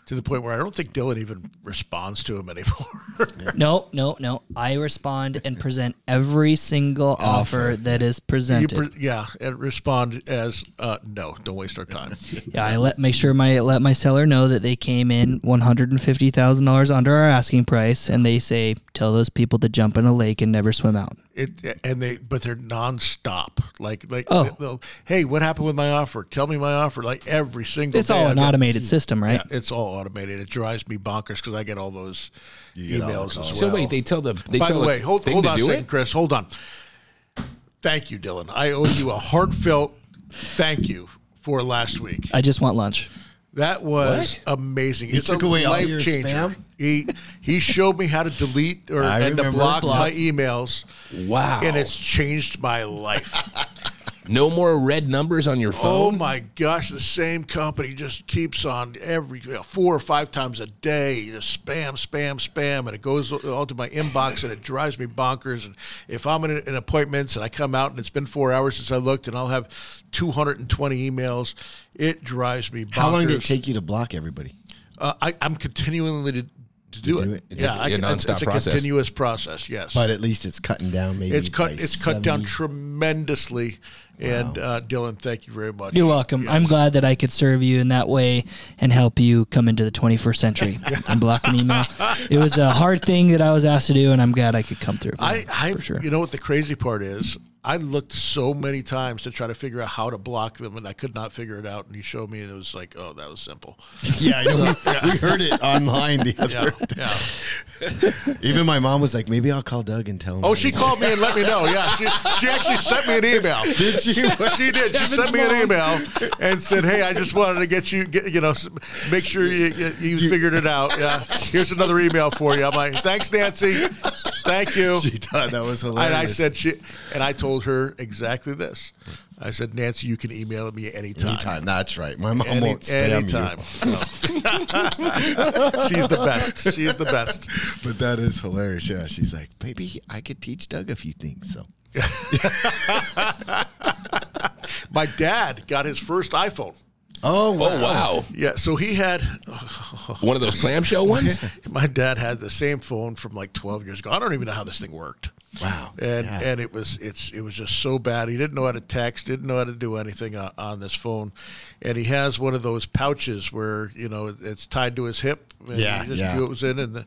Speaker 3: to the point where I don't think Dylan even responds to them anymore.
Speaker 5: No, no, no. I respond and present every single offer that is
Speaker 3: you
Speaker 5: presented.
Speaker 3: pre- yeah, and respond as uh, no, don't waste our time.
Speaker 5: yeah, I let make sure my let my seller know that they came in one hundred and fifty thousand dollars under our asking price, and they say tell those people to jump in a lake and never swim out.
Speaker 3: It and they but they're nonstop. Like like
Speaker 5: Oh.
Speaker 3: they'll, hey, what happened with my offer? Tell me my offer. Like every single
Speaker 5: It's
Speaker 3: day
Speaker 5: all
Speaker 3: I've
Speaker 5: an
Speaker 3: got-
Speaker 5: automated system, right?
Speaker 3: Yeah, it's all automated. It drives me bonkers because I get all those emails as well.
Speaker 2: So wait, they tell the they
Speaker 3: By
Speaker 2: tell
Speaker 3: the way, hold,
Speaker 2: thing
Speaker 3: hold
Speaker 2: to
Speaker 3: on a
Speaker 2: do
Speaker 3: second,
Speaker 2: it.
Speaker 3: Chris. Hold on. Thank you, Dylan. I owe you a heartfelt thank you for last week.
Speaker 5: I just want lunch.
Speaker 3: That was amazing. He
Speaker 4: took away all your spam?
Speaker 3: He he showed me how to delete or
Speaker 4: I
Speaker 3: and to
Speaker 4: remember.
Speaker 3: block,
Speaker 4: Block.
Speaker 3: my emails,
Speaker 2: Wow.
Speaker 3: and it's changed my life.
Speaker 2: no more red numbers on your
Speaker 3: Oh
Speaker 2: phone.
Speaker 3: my gosh, the same company just keeps on every you know, four or five times a day, just spam, spam, spam, and it goes all to my inbox and it drives me bonkers. And if I'm in, in appointments and I come out and it's been four hours since I looked and I'll have 220 emails, it drives me bonkers.
Speaker 4: How long did it take you to block everybody?
Speaker 3: Uh, I, I'm continually to, to do, it.
Speaker 4: it.
Speaker 2: It's a- a
Speaker 3: can- it's,
Speaker 2: nonstop
Speaker 3: it's a
Speaker 2: process.
Speaker 3: continuous process. Yes,
Speaker 4: But at least it's cutting down. Maybe
Speaker 3: it's cut.
Speaker 4: by
Speaker 3: It's cut down
Speaker 4: 70.
Speaker 3: tremendously. And uh, Dylan, thank you very much.
Speaker 5: You're welcome. I'm glad that I could serve you in that way and help you come into the 21st century and block an email. It was a hard thing that I was asked to do, and I'm glad I could come through.
Speaker 3: I, I
Speaker 5: for sure.
Speaker 3: you know what the crazy part is? I looked so many times to try to figure out how to block them, and I could not figure it out. And you showed me, and it was like, oh, that was simple.
Speaker 4: Yeah, I know. we heard it online the
Speaker 3: Yeah,
Speaker 4: other.
Speaker 3: yeah.
Speaker 4: Even my mom was like, "Maybe I'll call Doug and tell him."
Speaker 3: Oh, she called me and let me know. Yeah, she, she actually sent me an email. Did she? She did. She sent me an email and said, "Hey, I just wanted to get you, get, you know, s- make sure you, you, you figured it out. Yeah, here's another email for you." I'm like, "Thanks, Nancy. Thank you."
Speaker 4: She thought that was hilarious.
Speaker 3: And I said she, and I told her exactly this. I said, Nancy, you can email me anytime.
Speaker 4: Anytime. That's right. My mom
Speaker 3: Any,
Speaker 4: won't spam
Speaker 3: anytime.
Speaker 4: you.
Speaker 3: So. She's the best. She's the best.
Speaker 4: But that is hilarious. Yeah, she's like, maybe I could teach Doug a few things. So
Speaker 3: My dad got his first iPhone.
Speaker 4: Oh
Speaker 2: Oh wow!
Speaker 3: Yeah, so he had
Speaker 2: One of those clamshell ones.
Speaker 3: my dad had the same phone from like 12 years ago. I don't even know how this thing worked.
Speaker 4: Wow.
Speaker 3: and
Speaker 4: Yeah.
Speaker 3: and it was it's it was just so bad. He didn't know how to text, didn't know how to do anything on, on this phone, and he has one of those pouches where you know it's tied to his hip. And
Speaker 4: Yeah,
Speaker 3: you just
Speaker 4: yeah.
Speaker 3: knew it was in, and the,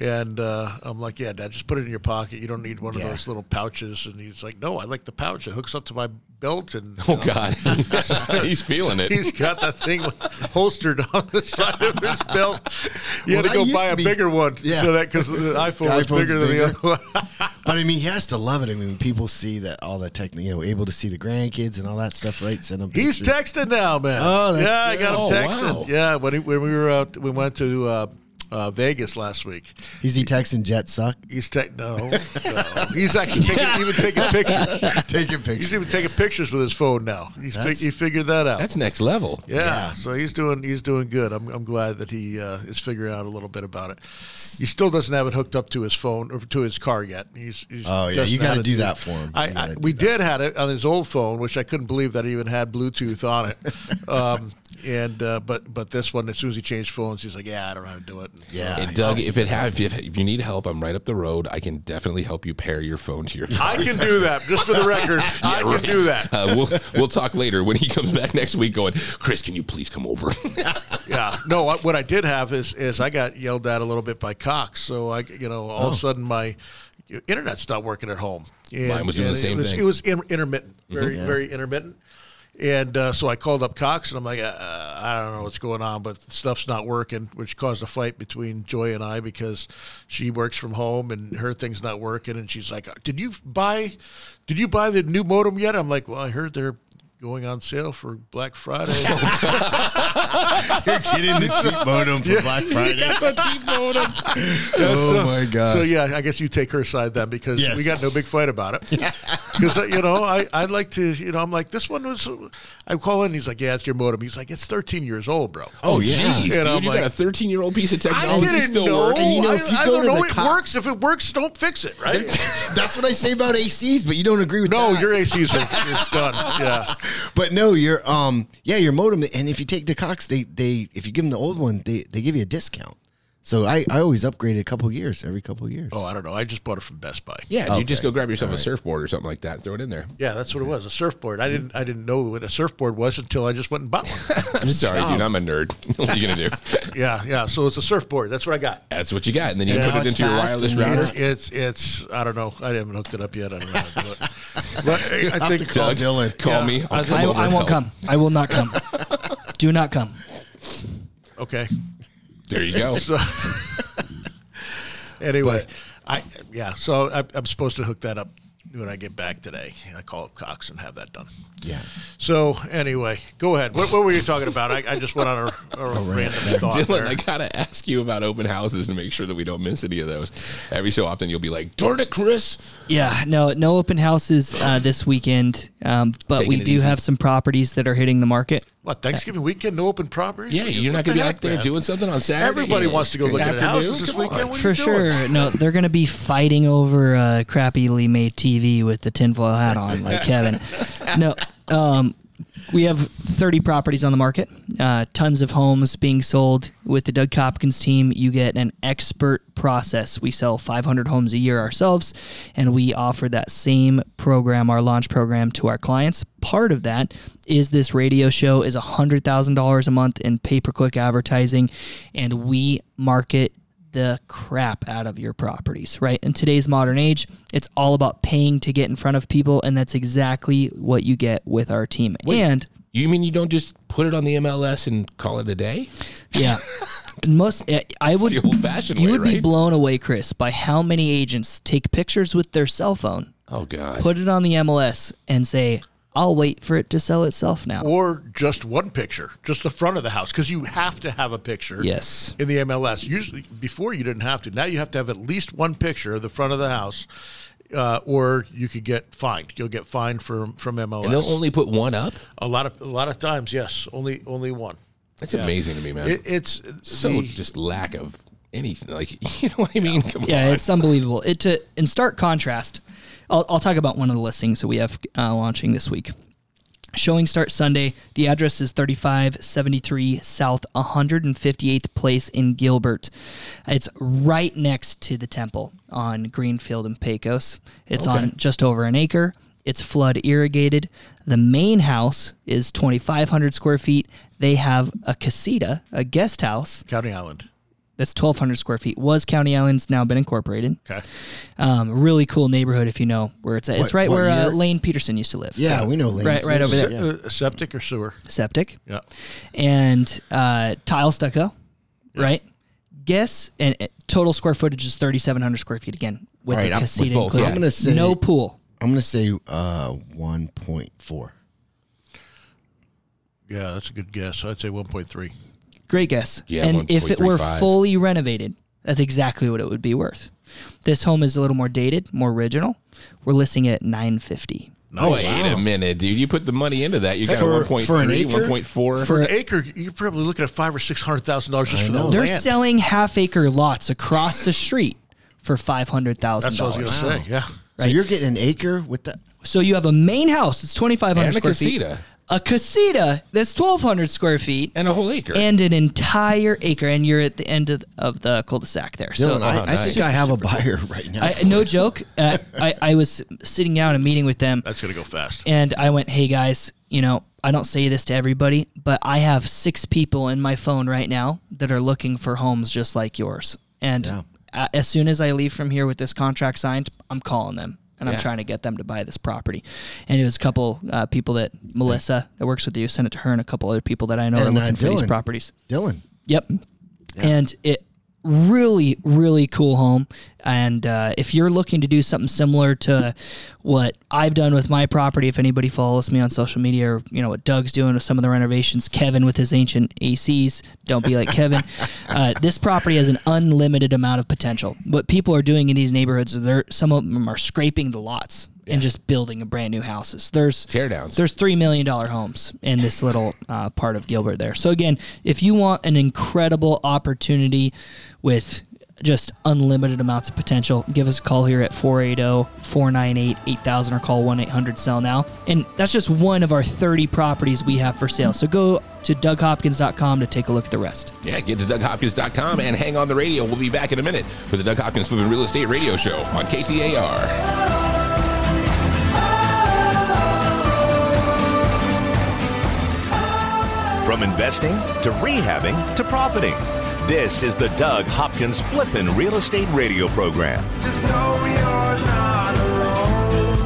Speaker 3: and uh, I'm like, yeah, Dad, just put it in your pocket. You don't need one
Speaker 4: Yeah.
Speaker 3: of those little pouches. And he's like, no, I like the pouch. It hooks up to my belt, and
Speaker 2: Oh God, he's feeling it.
Speaker 3: He's got that thing holstered on the side of his belt. You
Speaker 4: Well,
Speaker 3: had to
Speaker 4: that
Speaker 3: go
Speaker 4: used
Speaker 3: buy
Speaker 4: to
Speaker 3: a
Speaker 4: be-
Speaker 3: bigger one,
Speaker 4: Yeah.
Speaker 3: so that because the iPhone was
Speaker 4: iPhone's
Speaker 3: bigger, than
Speaker 4: bigger.
Speaker 3: the other one.
Speaker 4: But I mean, he has to love it. I mean, when people see that all that tech, you know, able to see the grandkids and all that stuff, right? Send them.
Speaker 3: He's
Speaker 4: pictures.
Speaker 3: texting now, man.
Speaker 4: Oh, that's
Speaker 3: yeah,
Speaker 4: good.
Speaker 3: I got him
Speaker 2: Oh,
Speaker 3: texting.
Speaker 2: wow.
Speaker 3: Yeah, when, he, when we were out, we went to uh, uh, Vegas last week.
Speaker 4: Is he texting Jet Suck?
Speaker 3: He's te- no, no. he's actually taking, even taking pictures.
Speaker 4: Taking
Speaker 3: He's
Speaker 4: pictures.
Speaker 3: even taking pictures with his phone now. He's fig-
Speaker 4: That's-
Speaker 3: he figured that out.
Speaker 2: That's next level.
Speaker 3: Yeah, so he's doing he's doing good. I'm, I'm glad that he uh, is figuring out a little bit about it. He still doesn't have it hooked up to his phone or to his car yet. He's, he's
Speaker 4: Oh, yeah,
Speaker 3: doesn't
Speaker 4: you
Speaker 3: know how
Speaker 4: gotta do that for him. You
Speaker 3: I, I,
Speaker 4: gotta
Speaker 3: we
Speaker 4: do
Speaker 3: did had it on his old phone, which I couldn't believe that he even had Bluetooth on it. um, and uh, but but this one, as soon as he changed phones, he's like, yeah, I don't know how to do it.
Speaker 4: Yeah.
Speaker 2: And Doug, if it have if, if you need help, I'm right up the road. I can definitely help you pair your phone to your.
Speaker 3: I can do that. Just for the record, I can
Speaker 2: Right.
Speaker 3: do that.
Speaker 2: Uh, we'll we'll talk later when he comes back next week. Going, Chris, can you please come over?
Speaker 3: Oh, Yeah. No, what, what I did have is is I got yelled at a little bit by Cox. So I, you know, all
Speaker 2: Oh.
Speaker 3: of a sudden my internet's not working at home. And,
Speaker 2: Mine was doing
Speaker 3: and uh,
Speaker 2: the same
Speaker 3: it was,
Speaker 2: thing. Mm-hmm.
Speaker 3: It was in, intermittent, very very intermittent. And uh, so I called up Cox and I'm like, uh, I don't know what's going on, but stuff's not working, which caused a fight between Joy and I because she works from home and her thing's not working. And she's like, Did you buy, did you buy the new modem yet? I'm like, Well, I heard they're going on sale for Black Friday.
Speaker 4: You're getting the cheap modem for Black Friday. Oh, my gosh.
Speaker 3: So yeah, I guess you take her side then because
Speaker 4: Yes.
Speaker 3: we got no big fight about it. Because you know, I I'd like to, you know, I'm like this one was. I call in, he's like, yeah, it's your modem. He's like, it's 13 years old, bro.
Speaker 2: oh jeez, dude,
Speaker 3: And I'm
Speaker 2: you
Speaker 3: like-
Speaker 2: got a 13 year old piece of
Speaker 3: I
Speaker 2: technology
Speaker 3: didn't
Speaker 2: still
Speaker 3: know.
Speaker 2: working.
Speaker 4: you know,
Speaker 3: I,
Speaker 4: if you
Speaker 3: I
Speaker 4: go
Speaker 3: don't
Speaker 4: to
Speaker 3: know.
Speaker 4: the
Speaker 3: It
Speaker 4: cop-
Speaker 3: works. If it works, don't fix it, right?
Speaker 4: That's what I say about ACs, but you don't agree with
Speaker 3: no,
Speaker 4: that.
Speaker 3: your ACs are you're done. Yeah.
Speaker 4: But no, your um, yeah, your modem. And if you take the Cox, they they if you give them the old one, they they give you a discount. So I I always upgrade a couple years, every couple years.
Speaker 3: Oh, I don't know. I just bought it from Best Buy.
Speaker 2: Yeah, dude, just go grab yourself a surfboard or something like that. and Throw it in there.
Speaker 3: Yeah, that's what it was. A surfboard. I didn't. I didn't know what a surfboard was until I just went and bought one.
Speaker 2: I'm sorry, dude. I'm a nerd. what are you gonna do?
Speaker 3: yeah, yeah. So it's a surfboard. That's what I got.
Speaker 2: That's what you got, and then you
Speaker 3: Yeah.
Speaker 2: put it into
Speaker 4: Now it's
Speaker 2: your
Speaker 4: fast
Speaker 2: wireless
Speaker 4: and-
Speaker 2: router.
Speaker 3: It's, it's it's I don't know. I haven't hooked it up yet. I don't know. how to do it. But I think
Speaker 4: Call
Speaker 2: Doug,
Speaker 4: Dylan.
Speaker 2: call
Speaker 3: Yeah.
Speaker 2: me. I'll
Speaker 3: I-
Speaker 2: come
Speaker 5: I,
Speaker 2: over
Speaker 5: I
Speaker 2: and
Speaker 5: won't
Speaker 2: help.
Speaker 5: come. I will not come. Do not come.
Speaker 3: okay.
Speaker 2: There you go.
Speaker 3: So anyway, I yeah. So I, I'm supposed to hook that up when I get back today. I call up Cox and have that done.
Speaker 4: Yeah.
Speaker 3: So anyway, go ahead. What, what were you talking about? I, I just went on a, a random thought.
Speaker 2: Dylan,
Speaker 3: there.
Speaker 2: I gotta ask you about open houses to make sure that we don't miss any of those. Every so often, you'll be like, "Darn it, Chris!"
Speaker 5: Yeah, no, no open houses uh, this weekend, um, but
Speaker 2: Taking
Speaker 5: we
Speaker 2: it
Speaker 5: do
Speaker 2: easy.
Speaker 5: have some properties that are hitting the market.
Speaker 3: what Thanksgiving weekend? No open properties?
Speaker 2: Yeah, you're
Speaker 3: What
Speaker 2: not
Speaker 3: the
Speaker 2: gonna be
Speaker 3: heck,
Speaker 2: out there
Speaker 3: man?
Speaker 2: doing something on Saturday.
Speaker 3: Everybody wants to go look at
Speaker 2: Afternoon?
Speaker 3: houses this
Speaker 2: Come on.
Speaker 3: weekend. What are
Speaker 5: For
Speaker 3: you doing?
Speaker 5: sure. No, they're going to be fighting over uh, a crappily made TV with the tinfoil hat on, like Kevin. No, um, we have 30 properties on the market, uh, tons of homes being sold. With the Doug Hopkins team, you get an expert process. We sell 500 homes a year ourselves, and we offer that same program, our launch program, to our clients. Part of that is this radio show is $100,000 a month in pay-per-click advertising, and we market the crap out of your properties, right? In today's modern age, it's all about paying to get in front of people, and that's exactly what you get with our team. And
Speaker 2: You mean you don't just put it on the MLS and call it a day?
Speaker 5: yeah, most I- I would
Speaker 2: the old-fashioned
Speaker 5: you
Speaker 2: way,
Speaker 5: would be
Speaker 2: right?
Speaker 5: blown away, Chris, by how many agents take pictures with their cell phone,
Speaker 2: Oh God!
Speaker 5: put it on the MLS, and say, "I'll wait for it to sell itself now."
Speaker 3: or just one picture, just the front of the house, because you have to have a picture.
Speaker 5: Yes.
Speaker 3: In the MLS, usually before you didn't have to. Now you have to have at least one picture of the front of the house, uh, or you could get fined. You'll get fined from from
Speaker 2: and they'll
Speaker 3: MLS.
Speaker 2: only put one up.
Speaker 3: a lot of a lot of times, yes, only only one.
Speaker 2: That's amazing to me, man.
Speaker 3: It, it's
Speaker 2: so
Speaker 3: the-
Speaker 2: just lack of anything. Like you know what I mean? Come
Speaker 5: Yeah,
Speaker 2: on.
Speaker 5: it's unbelievable. It to in stark contrast, I'll, I'll talk about one of the listings that we have uh, launching this week. Showing starts Sunday. The address is 3573 South 158th Place in Gilbert. It's right next to the temple on Greenfield and Pecos. It's on just over an acre. It's flood irrigated. The main house is 2,500 square feet. They have a casita, a guest house
Speaker 7: County Island.
Speaker 5: that's 1,200 square feet. Was County Island's now been incorporated.
Speaker 7: Okay.
Speaker 5: Um, really cool neighborhood if you know where it's at. It's
Speaker 8: What-
Speaker 5: right
Speaker 8: what
Speaker 5: where uh,
Speaker 8: year?
Speaker 5: Lane Peterson used to live.
Speaker 8: Yeah, we know Lane's.
Speaker 5: Right- right over there.
Speaker 8: Yeah.
Speaker 7: Uh, septic or sewer?
Speaker 5: Septic.
Speaker 7: Yeah.
Speaker 5: and uh, tile stucco, right? Guess and uh, total square footage is thirty seven hundred square feet again with
Speaker 8: All right,
Speaker 5: the
Speaker 8: I'm- with
Speaker 5: casita
Speaker 2: both, yeah.
Speaker 5: included.
Speaker 8: I'm gonna say-
Speaker 5: no pool.
Speaker 8: I'm gonna say uh, 1.4.
Speaker 7: Yeah, that's a good guess. I'd say 1.3.
Speaker 5: Great guess.
Speaker 2: Yeah,
Speaker 5: and if it were
Speaker 2: 1.35.
Speaker 5: fully renovated, that's exactly what it would be worth. This home is a little more dated, more original. We're listing it at nine fifty.
Speaker 2: Oh, wait a minute, dude. You put the money into that. You got
Speaker 8: For-
Speaker 2: 1.3,
Speaker 8: for an acre?
Speaker 2: 1.4.
Speaker 7: For an acre, you're probably looking at five or six hundred thousand dollars just for
Speaker 8: Oh,
Speaker 7: the
Speaker 5: They're
Speaker 7: land.
Speaker 5: selling half acre lots across the street for five hundred thousand
Speaker 7: That's what I was going to
Speaker 5: dollars.
Speaker 7: say. Yeah.
Speaker 5: Right.
Speaker 8: So you're getting an acre with that.
Speaker 5: So you have a main house. It's twenty five hundred
Speaker 2: And a
Speaker 5: square feet.
Speaker 2: casita.
Speaker 5: A casita that's twelve hundred square feet.
Speaker 2: and a whole acre.
Speaker 5: and an entire acre, and you're at the end of, of the cul-de-sac there.
Speaker 8: Dylan,
Speaker 5: so
Speaker 8: I,
Speaker 2: Oh,
Speaker 8: I think
Speaker 2: nice.
Speaker 8: I have a buyer right now.
Speaker 5: I, no joke. Uh, I, I was sitting down and meeting with them,
Speaker 7: That's going to go fast.
Speaker 5: and I went, "Hey guys, you know, I don't say this to everybody, but I have six people in my phone right now that are looking for homes just like yours. And a- as soon as I leave from here with this contract signed, I'm calling them." And I'm
Speaker 2: Yeah.
Speaker 5: trying to get them to buy this property, and it was a couple uh, people that Melissa that works with you sent it to her, and a couple other people that I know are
Speaker 8: And, uh,
Speaker 5: looking for these
Speaker 8: Dylan.
Speaker 5: properties.
Speaker 8: Dylan,
Speaker 5: Yep. And it really, really cool home. And uh, if you're looking to do something similar to what I've done with my property, if anybody follows me on social media or you know what Doug's doing with some of the renovations, Kevin with his ancient ACs, don't be like Kevin. Uh, this property has an unlimited amount of potential. What people are doing in these neighborhoods, is they're some of them are scraping the lots. And just building a brand new houses. There's
Speaker 2: Teardowns.
Speaker 5: there's three million dollar homes in this little uh, part of Gilbert there. So again, if you want an incredible opportunity with just unlimited amounts of potential, give us a call here at oh, 480-498-8000 or call 1-800-SELL now. And that's just one of our 30 properties we have for sale. So go to DougHopkins.com to take a look at the rest.
Speaker 2: yeah, get to DougHopkins.com and hang on the radio. We'll be back in a minute for the Doug Hopkins Food and Real Estate Radio Show on KTAR.
Speaker 1: From investing to rehabbing to profiting. This is the Doug Hopkins Flippin' Real Estate Radio Program.
Speaker 6: Just know you're not alone.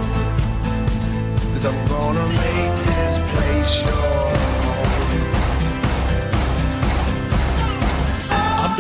Speaker 6: Cause I'm gonna make this place your
Speaker 3: I'm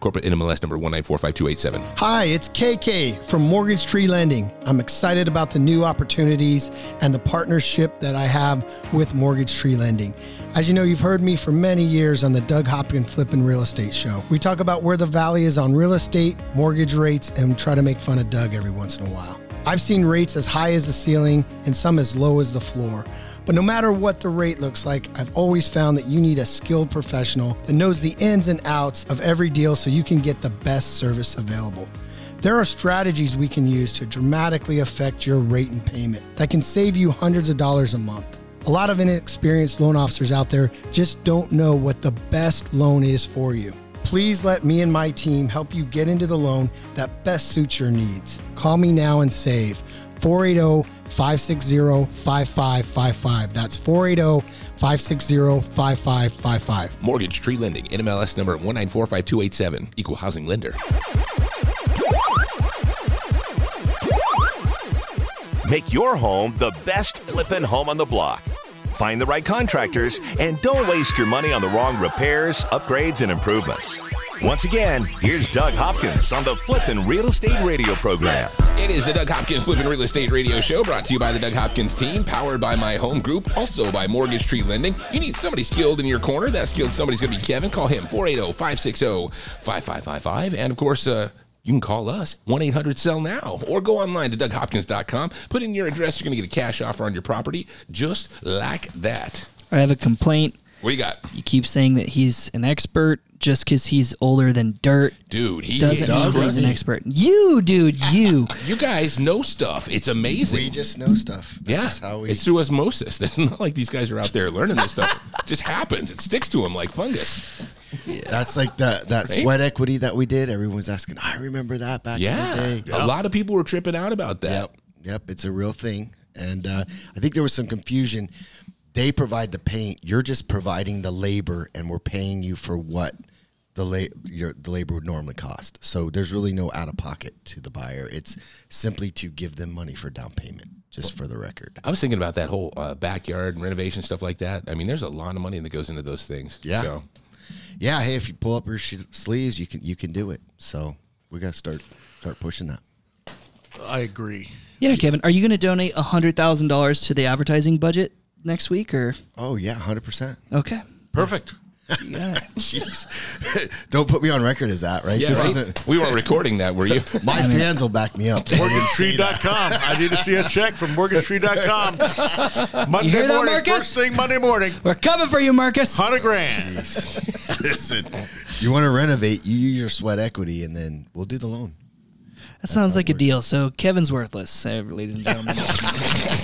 Speaker 2: Corporate NMLS number 1945287.
Speaker 4: Hi, it's KK from Mortgage Tree Lending. I'm excited about the new opportunities and the partnership that I have with Mortgage Tree Lending. As you know, you've heard me for many years on the Doug Hopkins Flippin' Real Estate Show. We talk about where the valley is on real estate, mortgage rates, and try to make fun of Doug every once in a while. I've seen rates as high as the ceiling and some as low as the floor. But no matter what the rate looks like, I've always found that you need a skilled professional that knows the ins and outs of every deal so you can get the best service available. There are strategies we can use to dramatically affect your rate and payment that can save you hundreds of dollars a month. A lot of inexperienced loan officers out there just don't know what the best loan is for you. Please let me and my team help you get into the loan that best suits your needs. Call me now and save 480 560 5555. That's oh, 480 560 5555.
Speaker 2: Mortgage Tree Lending, NMLS number 1945287, equal housing lender.
Speaker 1: Make your home the best flippin' home on the block. Find the right contractors and don't waste your money on the wrong repairs, upgrades, and improvements. Once again, here's Doug Hopkins on the Flippin' Real Estate Radio Program.
Speaker 2: It is the Doug Hopkins Flippin' Real Estate Radio Show brought to you by the Doug Hopkins team, powered by my home group, also by Mortgage Tree Lending. You need somebody skilled in your corner. That skilled somebody's going to be Kevin. Call him oh, 480 560 5555. And of course, uh, you can call us 1 800 Sell Now or go online to DougHopkins.com. Put in your address. You're going to get a cash offer on your property just like that.
Speaker 5: I have a complaint.
Speaker 2: What do you got?
Speaker 5: You keep saying that he's an expert just because he's older than dirt
Speaker 2: Dude, he
Speaker 5: doesn't
Speaker 2: is
Speaker 5: mean he's an
Speaker 2: crazy.
Speaker 5: expert. You, dude, you.
Speaker 2: You guys know stuff. It's amazing.
Speaker 9: We just know stuff. That's
Speaker 2: yeah,
Speaker 9: just how we.
Speaker 2: it's through osmosis. It's not like these guys are out there learning this stuff. It just happens. It sticks to them like fungus.
Speaker 9: That's like the, that
Speaker 2: Right?
Speaker 9: sweat equity that we did. Everyone's asking, I remember that back in
Speaker 2: Yeah,
Speaker 9: the day.
Speaker 2: a lot of people were tripping out about that.
Speaker 9: Yep. Yep. It's a real thing. And uh, I think there was some confusion. They provide the paint. You're just providing the labor, and we're paying you for what the, la- your, the labor would normally cost. So there's really no out of pocket to the buyer. It's simply to give them money for down payment, just for the record.
Speaker 2: I was thinking about that whole uh, backyard renovation stuff like that. I mean, there's a lot of money that goes into those things.
Speaker 9: Yeah.
Speaker 2: So
Speaker 9: Yeah. Hey, if you pull up your sh- sleeves, you can you can do it. So we got to start start pushing that.
Speaker 3: I agree.
Speaker 5: Yeah, Kevin, are you going to donate $100,000 to the advertising budget next week or?
Speaker 9: Oh yeah, hundred percent.
Speaker 5: Okay.
Speaker 3: Perfect.
Speaker 5: Yeah.
Speaker 9: Jeez, don't put me on record as that, right?
Speaker 2: yeah,
Speaker 9: This
Speaker 2: right?
Speaker 9: isn't-
Speaker 2: we weren't recording that, were you?
Speaker 9: my fans will back me up.
Speaker 3: MortgageTree.com. I need to see a check from MortgageTree.com. Monday
Speaker 5: hear that,
Speaker 3: morning.
Speaker 5: Marcus?
Speaker 3: First thing Monday morning.
Speaker 5: We're coming for you, Marcus.
Speaker 3: 100 grand.
Speaker 9: Listen, you want to renovate, you use your sweat equity, and then we'll do the loan.
Speaker 5: That sounds like a deal. So Kevin's worthless, uh, ladies and gentlemen.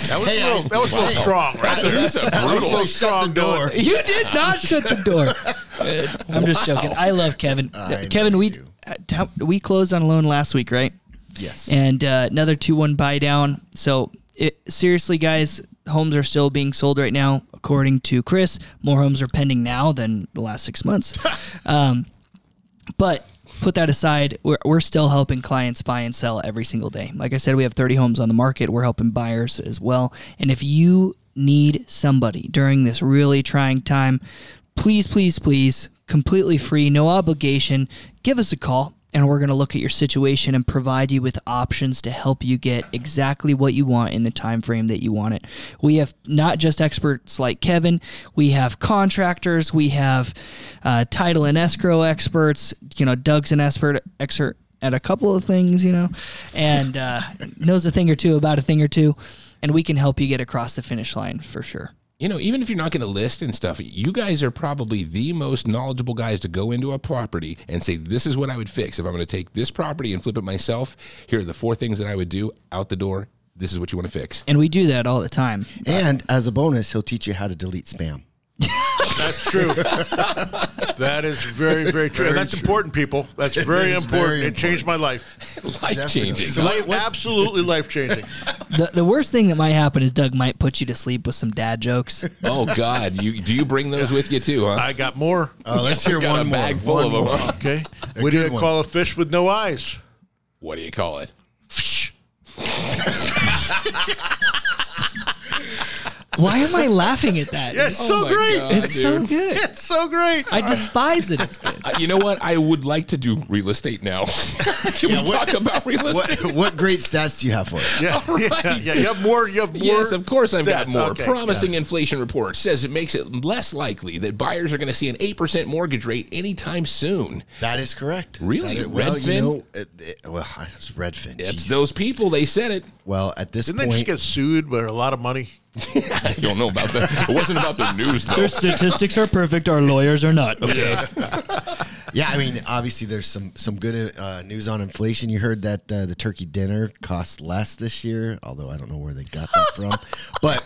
Speaker 3: That was, a little, that was a little strong,
Speaker 2: That's
Speaker 3: right?
Speaker 2: a, that's a
Speaker 3: That was a
Speaker 2: brutal.
Speaker 3: little strong door.
Speaker 5: you did not shut the door. Uh, I'm just joking. I love Kevin.
Speaker 9: I
Speaker 5: Kevin,
Speaker 9: know
Speaker 5: we
Speaker 9: you.
Speaker 5: uh, how- we closed on a loan last week, right?
Speaker 9: Yes.
Speaker 5: And uh, another two-one buy down. So it, seriously, guys, homes are still being sold right now. According to Chris, more homes are pending now than the last six months. Um, But put that aside, we're, we're still helping clients buy and sell every single day. Like I said, we have 30 homes on the market. We're helping buyers as well. And if you need somebody during this really trying time, please, please, please, completely free, no obligation, give us a call. And we're going to look at your situation and provide you with options to help you get exactly what you want in the time frame that you want it. We have not just experts like Kevin, we have contractors, we have uh, title and escrow experts. You know, Doug's an expert expert at a couple of things, you know, and uh, knows a thing or two about a thing or two, and we can help you get across the finish line for sure.
Speaker 2: you know, even if you're not going to list and stuff, you guys are probably the most knowledgeable guys to go into a property and say, This is what I would fix. If I'm going to take this property and flip it myself, here are the four things that I would do out the door. This is what you want to fix.
Speaker 5: And we do that all the time.
Speaker 9: and as a bonus, he'll teach you how to delete spam.
Speaker 3: That's true. that is very, very true. and that's important, people. That's very
Speaker 9: is
Speaker 3: important.
Speaker 9: very
Speaker 3: It changed my life.
Speaker 2: Life changing.
Speaker 9: So
Speaker 3: Life, absolutely life changing.
Speaker 5: The, the worst thing that might happen is Doug might put you to sleep with some dad jokes.
Speaker 2: Oh God, you do you bring those with you too, huh?
Speaker 3: I got more.
Speaker 9: Oh, let's hear
Speaker 2: Got
Speaker 9: one
Speaker 2: a bag
Speaker 9: more.
Speaker 2: full
Speaker 9: one
Speaker 2: of them.
Speaker 9: more.
Speaker 3: Okay. What do
Speaker 9: good
Speaker 3: you
Speaker 9: one.
Speaker 3: call a fish with no eyes?
Speaker 2: What do you call it?
Speaker 5: Why am I laughing at that?
Speaker 3: It's so
Speaker 2: Oh my
Speaker 3: great.
Speaker 2: God,
Speaker 5: it's so
Speaker 2: dude.
Speaker 5: good.
Speaker 3: It's so great.
Speaker 5: I despise that it's good.
Speaker 2: Uh, You know what? I would like to do real estate now. Can we talk about real estate?
Speaker 9: What, what great stats do you have for us?
Speaker 3: Yeah, yeah, yeah. You have more. You have more.
Speaker 2: Yes, of course I've got
Speaker 3: stats.
Speaker 2: more.
Speaker 3: Okay.
Speaker 2: Promising inflation report says it makes it less likely that buyers are going to see an 8% mortgage rate anytime soon.
Speaker 9: That is correct.
Speaker 2: Really?
Speaker 9: That is- well,
Speaker 2: Redfin?
Speaker 9: you know, it, it, well, it's Redfin.
Speaker 2: It's
Speaker 9: Jeez.
Speaker 2: those people. They said it.
Speaker 9: Well, at this
Speaker 3: Didn't
Speaker 9: point,
Speaker 3: they just get sued for a lot of money?
Speaker 2: I don't know about that. It wasn't about the news though.
Speaker 5: statistics are perfect. Our lawyers are not. Okay.
Speaker 9: yeah, I mean, obviously, there's some some good uh, news on inflation. You heard that uh, the turkey dinner costs less this year, although I don't know where they got that from. But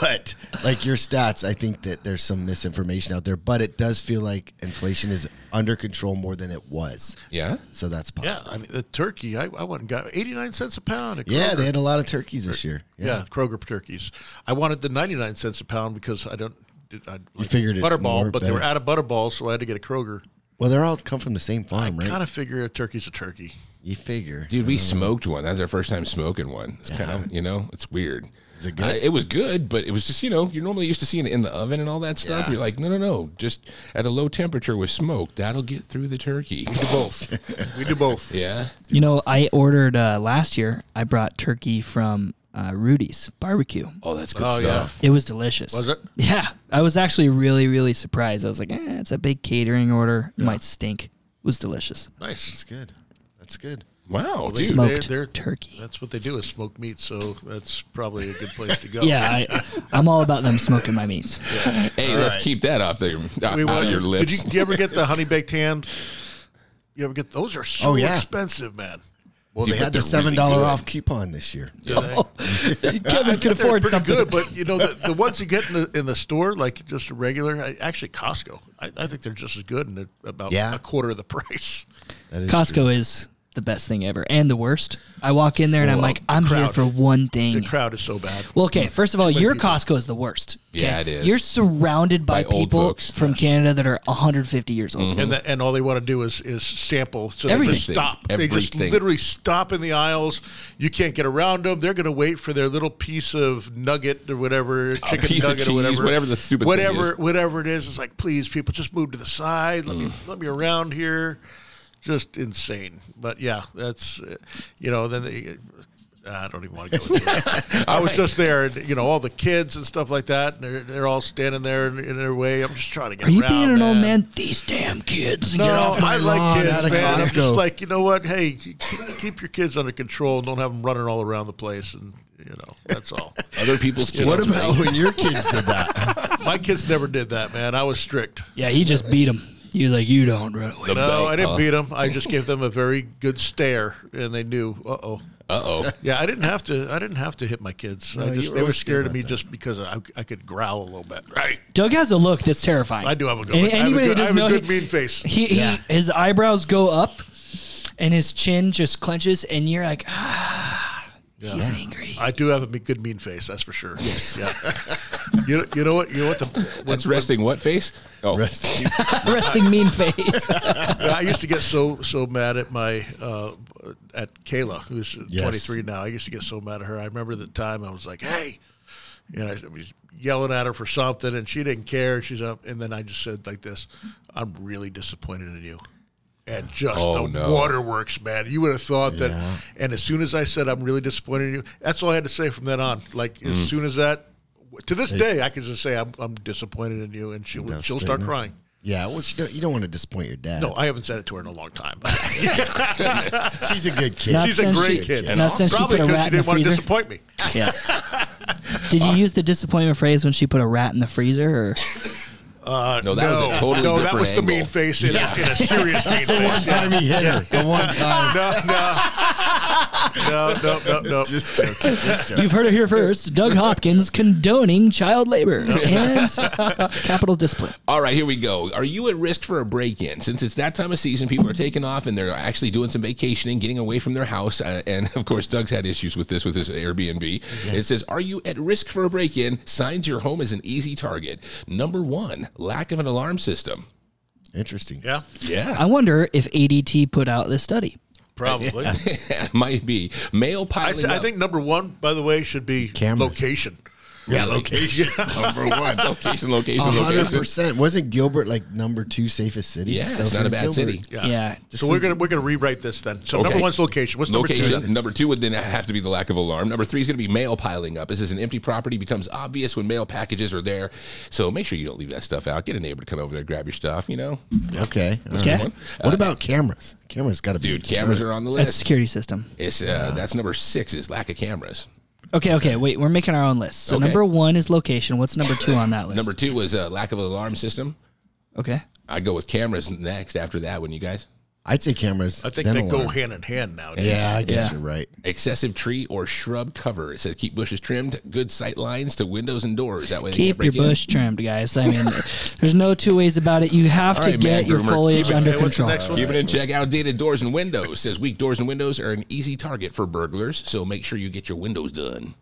Speaker 4: but like your stats, I think that there's some misinformation out there. But it does feel like inflation is under control more than it was.
Speaker 2: Yeah.
Speaker 4: So that's
Speaker 3: Yeah,
Speaker 4: positive.
Speaker 3: I mean the turkey. I, I went and got eighty nine cents a pound. At
Speaker 4: Yeah,
Speaker 3: Kroger.
Speaker 4: they had a lot of turkeys this year.
Speaker 3: yeah. Kroger turkeys. I wanted the ninety nine cents a pound because I don't. did- I like
Speaker 4: figured it's
Speaker 3: butterball,
Speaker 4: more
Speaker 3: but they were
Speaker 4: better.
Speaker 3: out of butterball, so I had to get a Kroger.
Speaker 4: Well, they're all come from the same farm,
Speaker 3: I
Speaker 4: right?
Speaker 3: kind of figure a turkey's a turkey.
Speaker 4: you figure.
Speaker 2: Dude,
Speaker 3: Um,
Speaker 2: we smoked one. That was our first time smoking one. It's kind of, you know, it's weird. Is
Speaker 4: it good?
Speaker 2: it was good, but it was just, you know, you're normally used to seeing it in the oven and all that stuff. You're like, no, no, no, just at a low temperature with smoke, that'll get through the turkey.
Speaker 3: We do both. we do both.
Speaker 2: yeah.
Speaker 5: You know, I ordered uh, last year. I brought turkey from uh, Rudy's Barbecue.
Speaker 2: Oh, that's good
Speaker 3: Oh, yeah.
Speaker 2: stuff.
Speaker 5: It was delicious.
Speaker 3: Was it?
Speaker 5: Yeah, I was actually really, really surprised. I was like, eh, it's a big catering order. It might stink. It was delicious.
Speaker 3: Nice.
Speaker 4: That's good. That's good.
Speaker 2: Wow,
Speaker 3: Dude,
Speaker 2: dude.
Speaker 5: Smoke. Smoked
Speaker 3: they're-
Speaker 5: turkey.
Speaker 3: That's what they do is smoked meat. So that's probably a good place to go.
Speaker 5: Yeah, I, I'm all about them smoking my meats.
Speaker 2: Hey, let's keep that off there, out,
Speaker 3: We
Speaker 2: out
Speaker 3: want-
Speaker 2: of your lips.
Speaker 3: Did you, do you ever get the honey baked hams? You ever get those? Are so
Speaker 4: Oh, yeah.
Speaker 3: expensive, man.
Speaker 4: Well,
Speaker 2: Dude,
Speaker 4: they
Speaker 2: but
Speaker 4: had the
Speaker 2: they're really
Speaker 4: seven dollar
Speaker 2: good.
Speaker 4: off coupon this year.
Speaker 3: Do they?
Speaker 5: Kevin could
Speaker 3: They're
Speaker 5: afford
Speaker 3: pretty
Speaker 5: something.
Speaker 3: good, but you know the, the ones you get in the in the store, like just a regular, I- actually Costco. I, I think they're just as good, and they're about
Speaker 4: Yeah.
Speaker 3: a quarter of the price.
Speaker 4: That is
Speaker 5: Costco
Speaker 4: true.
Speaker 5: is the best thing ever and the worst. I walk in there and I'm
Speaker 3: Well,
Speaker 5: like, I'm here
Speaker 3: crowd.
Speaker 5: for one
Speaker 3: The
Speaker 5: thing.
Speaker 3: crowd is so bad.
Speaker 5: Well, okay. First of all, your
Speaker 3: people.
Speaker 5: Costco is the worst. okay?
Speaker 2: Yeah, it is.
Speaker 5: You're surrounded
Speaker 2: By
Speaker 5: by,
Speaker 2: old
Speaker 5: people
Speaker 2: folks.
Speaker 5: from Canada that are 150 years old.
Speaker 2: Mm-hmm.
Speaker 3: and that, and all they want to do is is sample. So they just
Speaker 5: Everything.
Speaker 3: stop. They just
Speaker 2: Everything.
Speaker 3: literally stop in the aisles. You can't get around them. They're going to wait for their little piece of nugget or whatever, chicken
Speaker 2: piece of
Speaker 3: nugget
Speaker 2: cheese,
Speaker 3: or whatever,
Speaker 2: whatever the stupid thing
Speaker 3: whatever
Speaker 2: is.
Speaker 3: whatever it is. It's like, please, people, just move to the side. Let me
Speaker 2: Mm.
Speaker 3: let me around here. Just insane. But yeah, that's uh, you know then they. I don't even want to go. Into it. I was just there, and you know, all the kids and stuff like that, and they're, they're all standing there in, in their way. I'm just trying to get
Speaker 5: Are you
Speaker 3: around.
Speaker 5: being an old
Speaker 3: man.
Speaker 5: man? These damn kids.
Speaker 3: No,
Speaker 5: Get off
Speaker 4: my
Speaker 3: I like
Speaker 4: lawn,
Speaker 3: kids,
Speaker 4: out of
Speaker 3: man. I'm just
Speaker 4: Costco.
Speaker 3: like, you know what? Hey, keep, keep your kids under control. and Don't have them running all around the place, and you know that's all.
Speaker 2: Other people's kids.
Speaker 4: What about when your kids did that?
Speaker 3: My kids never did that, man. I was strict.
Speaker 5: Yeah, he just beat him. He was like, you don't run away.
Speaker 3: No, I
Speaker 4: uh.
Speaker 3: didn't beat them. I just gave them a very good stare, and they knew. Uh oh.
Speaker 2: Uh oh.
Speaker 3: Yeah, I didn't have to. I didn't have to hit my kids. I
Speaker 4: you
Speaker 3: just
Speaker 4: were
Speaker 3: they were
Speaker 4: always good
Speaker 3: scared of
Speaker 4: about
Speaker 3: me
Speaker 4: that.
Speaker 3: just because I, I could growl a little bit. Right.
Speaker 5: Doug has a look that's terrifying.
Speaker 3: I do have a good.
Speaker 5: Any-
Speaker 3: one. I have a
Speaker 5: anybody
Speaker 3: good,
Speaker 5: that
Speaker 3: I have
Speaker 5: doesn't
Speaker 3: a
Speaker 5: know
Speaker 3: good mean face.
Speaker 5: He, he, his eyebrows go up, and his chin just clenches, and you're like, ah, he's angry.
Speaker 3: I do have a me- good mean face. That's for sure. Yes. Yeah. you, you know what? You know what? The, when-
Speaker 2: What's resting what face? Oh,
Speaker 4: Rest.
Speaker 5: Resting mean face.
Speaker 3: Yeah, I used to get so so mad at my uh, at Kayla, who's
Speaker 4: Yes.
Speaker 3: 23 now. I used to get so mad at her. I remember the time I was like, "Hey," and I was yelling at her for something, and she didn't care. She's up, and then I just said like this, "I'm really disappointed in you." And just
Speaker 2: Oh,
Speaker 3: the
Speaker 2: no.
Speaker 3: waterworks, man. You would have thought
Speaker 4: Yeah.
Speaker 3: that. And as soon as I said, "I'm really disappointed in you," that's all I had to say from then on. Like as
Speaker 4: Mm.
Speaker 3: soon as that, to this day, I can just say, "I'm, I'm disappointed in you," and she will
Speaker 4: That's
Speaker 3: she'll
Speaker 4: good
Speaker 3: start
Speaker 4: enough.
Speaker 3: crying.
Speaker 4: yeah, well, she don't- you don't want to disappoint your dad.
Speaker 3: No, I haven't said it to her in a long time.
Speaker 4: she's a good kid.
Speaker 5: Not
Speaker 3: She's a
Speaker 5: since
Speaker 3: great
Speaker 5: she-
Speaker 3: kid.
Speaker 5: not since she
Speaker 3: Probably
Speaker 5: put a
Speaker 3: because
Speaker 5: rat
Speaker 3: she
Speaker 5: in
Speaker 3: didn't
Speaker 5: the
Speaker 3: want to
Speaker 5: freezer.
Speaker 3: disappoint me.
Speaker 5: yes. Did you use the disappointment phrase when she put a rat in the freezer? Or
Speaker 4: Uh,
Speaker 2: no, that was a totally
Speaker 3: no,
Speaker 2: different
Speaker 3: that was
Speaker 2: angle.
Speaker 3: the mean face in, a, in a serious mean
Speaker 4: the one
Speaker 3: face. yeah.
Speaker 4: time he hit her. The one time.
Speaker 3: No, no. No, no, no, no.
Speaker 4: Just joking. Just joking.
Speaker 5: you've heard it here first. Doug Hopkins condoning child labor and capital discipline.
Speaker 2: All right, here we go. Are you at risk for a break in? Since it's that time of season, people are taking off and they're actually doing some vacationing, getting away from their house. Uh, and of course, Doug's had issues with this with his Airbnb. It says, Are you at risk for a break in? Signs your home is an easy target. Number one, lack of an alarm system.
Speaker 4: Interesting.
Speaker 3: Yeah,
Speaker 5: I
Speaker 2: Yeah.
Speaker 5: wonder if ADT put out this study.
Speaker 3: probably. I,
Speaker 2: Might be. Male
Speaker 3: s-
Speaker 2: piling
Speaker 3: I
Speaker 2: up.
Speaker 3: think number one, by the way, should be
Speaker 4: Cameras.
Speaker 3: location.
Speaker 4: Yeah, location number one.
Speaker 2: location, location,
Speaker 4: hundred
Speaker 2: location.
Speaker 4: percent. Wasn't Gilbert like number two safest city?
Speaker 2: Yeah,
Speaker 4: So
Speaker 2: it's not a
Speaker 4: for
Speaker 2: bad
Speaker 4: Gilbert-
Speaker 2: city.
Speaker 3: Yeah.
Speaker 5: Yeah.
Speaker 3: So we're gonna we're gonna rewrite this then. So number
Speaker 2: Okay.
Speaker 3: one's location. What's number
Speaker 2: Location
Speaker 3: two?
Speaker 2: number two would then have to be the lack of alarm. Number three is going to be mail piling up. This is an empty property becomes obvious when mail packages are there. So make sure you don't leave that stuff out. Get a neighbor to come over there, grab your stuff. You know,
Speaker 4: Okay. all
Speaker 5: Okay.
Speaker 4: right. What about cameras? Cameras got to be.
Speaker 2: dude, cameras are on the
Speaker 5: That's
Speaker 2: list.
Speaker 5: security system.
Speaker 2: It's uh, that's number six is lack of cameras.
Speaker 5: Okay, okay, wait. We're making our own list. So
Speaker 2: Okay.
Speaker 5: number one is location. What's number two on that list?
Speaker 2: Number two was uh, lack of alarm system.
Speaker 5: okay.
Speaker 2: I go with cameras next after that. Wouldn't you guys?
Speaker 4: I'd say cameras.
Speaker 3: I think
Speaker 4: then
Speaker 3: they go
Speaker 4: alarm.
Speaker 3: hand in hand nowadays.
Speaker 4: Yeah, I guess
Speaker 5: Yeah.
Speaker 4: you're right.
Speaker 2: Excessive tree or shrub cover. It says keep bushes trimmed, good sight lines to windows and doors. That way they can't
Speaker 5: Keep your
Speaker 2: break in.
Speaker 5: bush trimmed, guys. I mean, there's no two ways about it. You have
Speaker 2: All
Speaker 5: to
Speaker 2: right,
Speaker 5: get
Speaker 2: man,
Speaker 5: your
Speaker 2: groomer.
Speaker 5: foliage
Speaker 2: Keep it-
Speaker 5: under
Speaker 3: Hey, what's the
Speaker 5: control.
Speaker 3: next one?
Speaker 2: Keep it in check. Outdated doors and windows. Says weak doors and windows are an easy target for burglars, so make sure you get your windows done.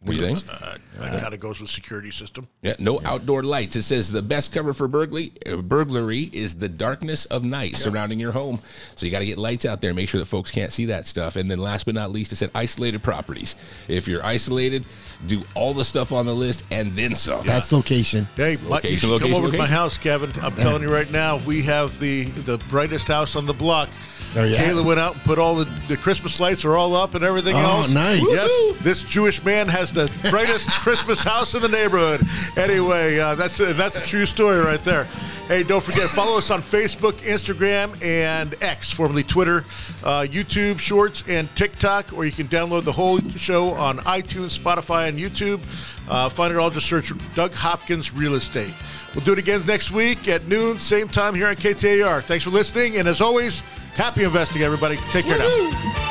Speaker 2: What do you think?
Speaker 3: Uh, that kind of goes with security system.
Speaker 2: Yeah, no outdoor lights. It says the best cover for burglary, uh, burglary is the darkness of night surrounding your home. So you got to get lights out there. Make sure that folks can't see that stuff. And then last but not least, it said isolated properties. If you're isolated, do all the stuff on the list and then some.
Speaker 4: That's location.
Speaker 3: Hey, my, you
Speaker 2: Location,
Speaker 3: should
Speaker 2: location,
Speaker 3: come over to my
Speaker 2: location.
Speaker 3: house, Kevin. I'm telling you right now, we have the the brightest house on the block.
Speaker 4: Oh, yeah.
Speaker 3: Kayla went out and put all the, the Christmas lights are all up and everything
Speaker 4: Oh,
Speaker 3: else.
Speaker 4: nice.
Speaker 3: Yes, this Jewish man has the brightest Christmas house in the neighborhood. Anyway, uh, that's a, that's a true story right there. Hey, don't forget follow us on Facebook, Instagram, and X, formerly Twitter, uh, YouTube Shorts, and TikTok. Or you can download the whole show on iTunes, Spotify, and YouTube. Uh, find it all. Just search Doug Hopkins Real Estate. We'll do it again next week at noon, same time here on KTAR. Thanks for listening, and as always, happy investing, everybody. Take care now.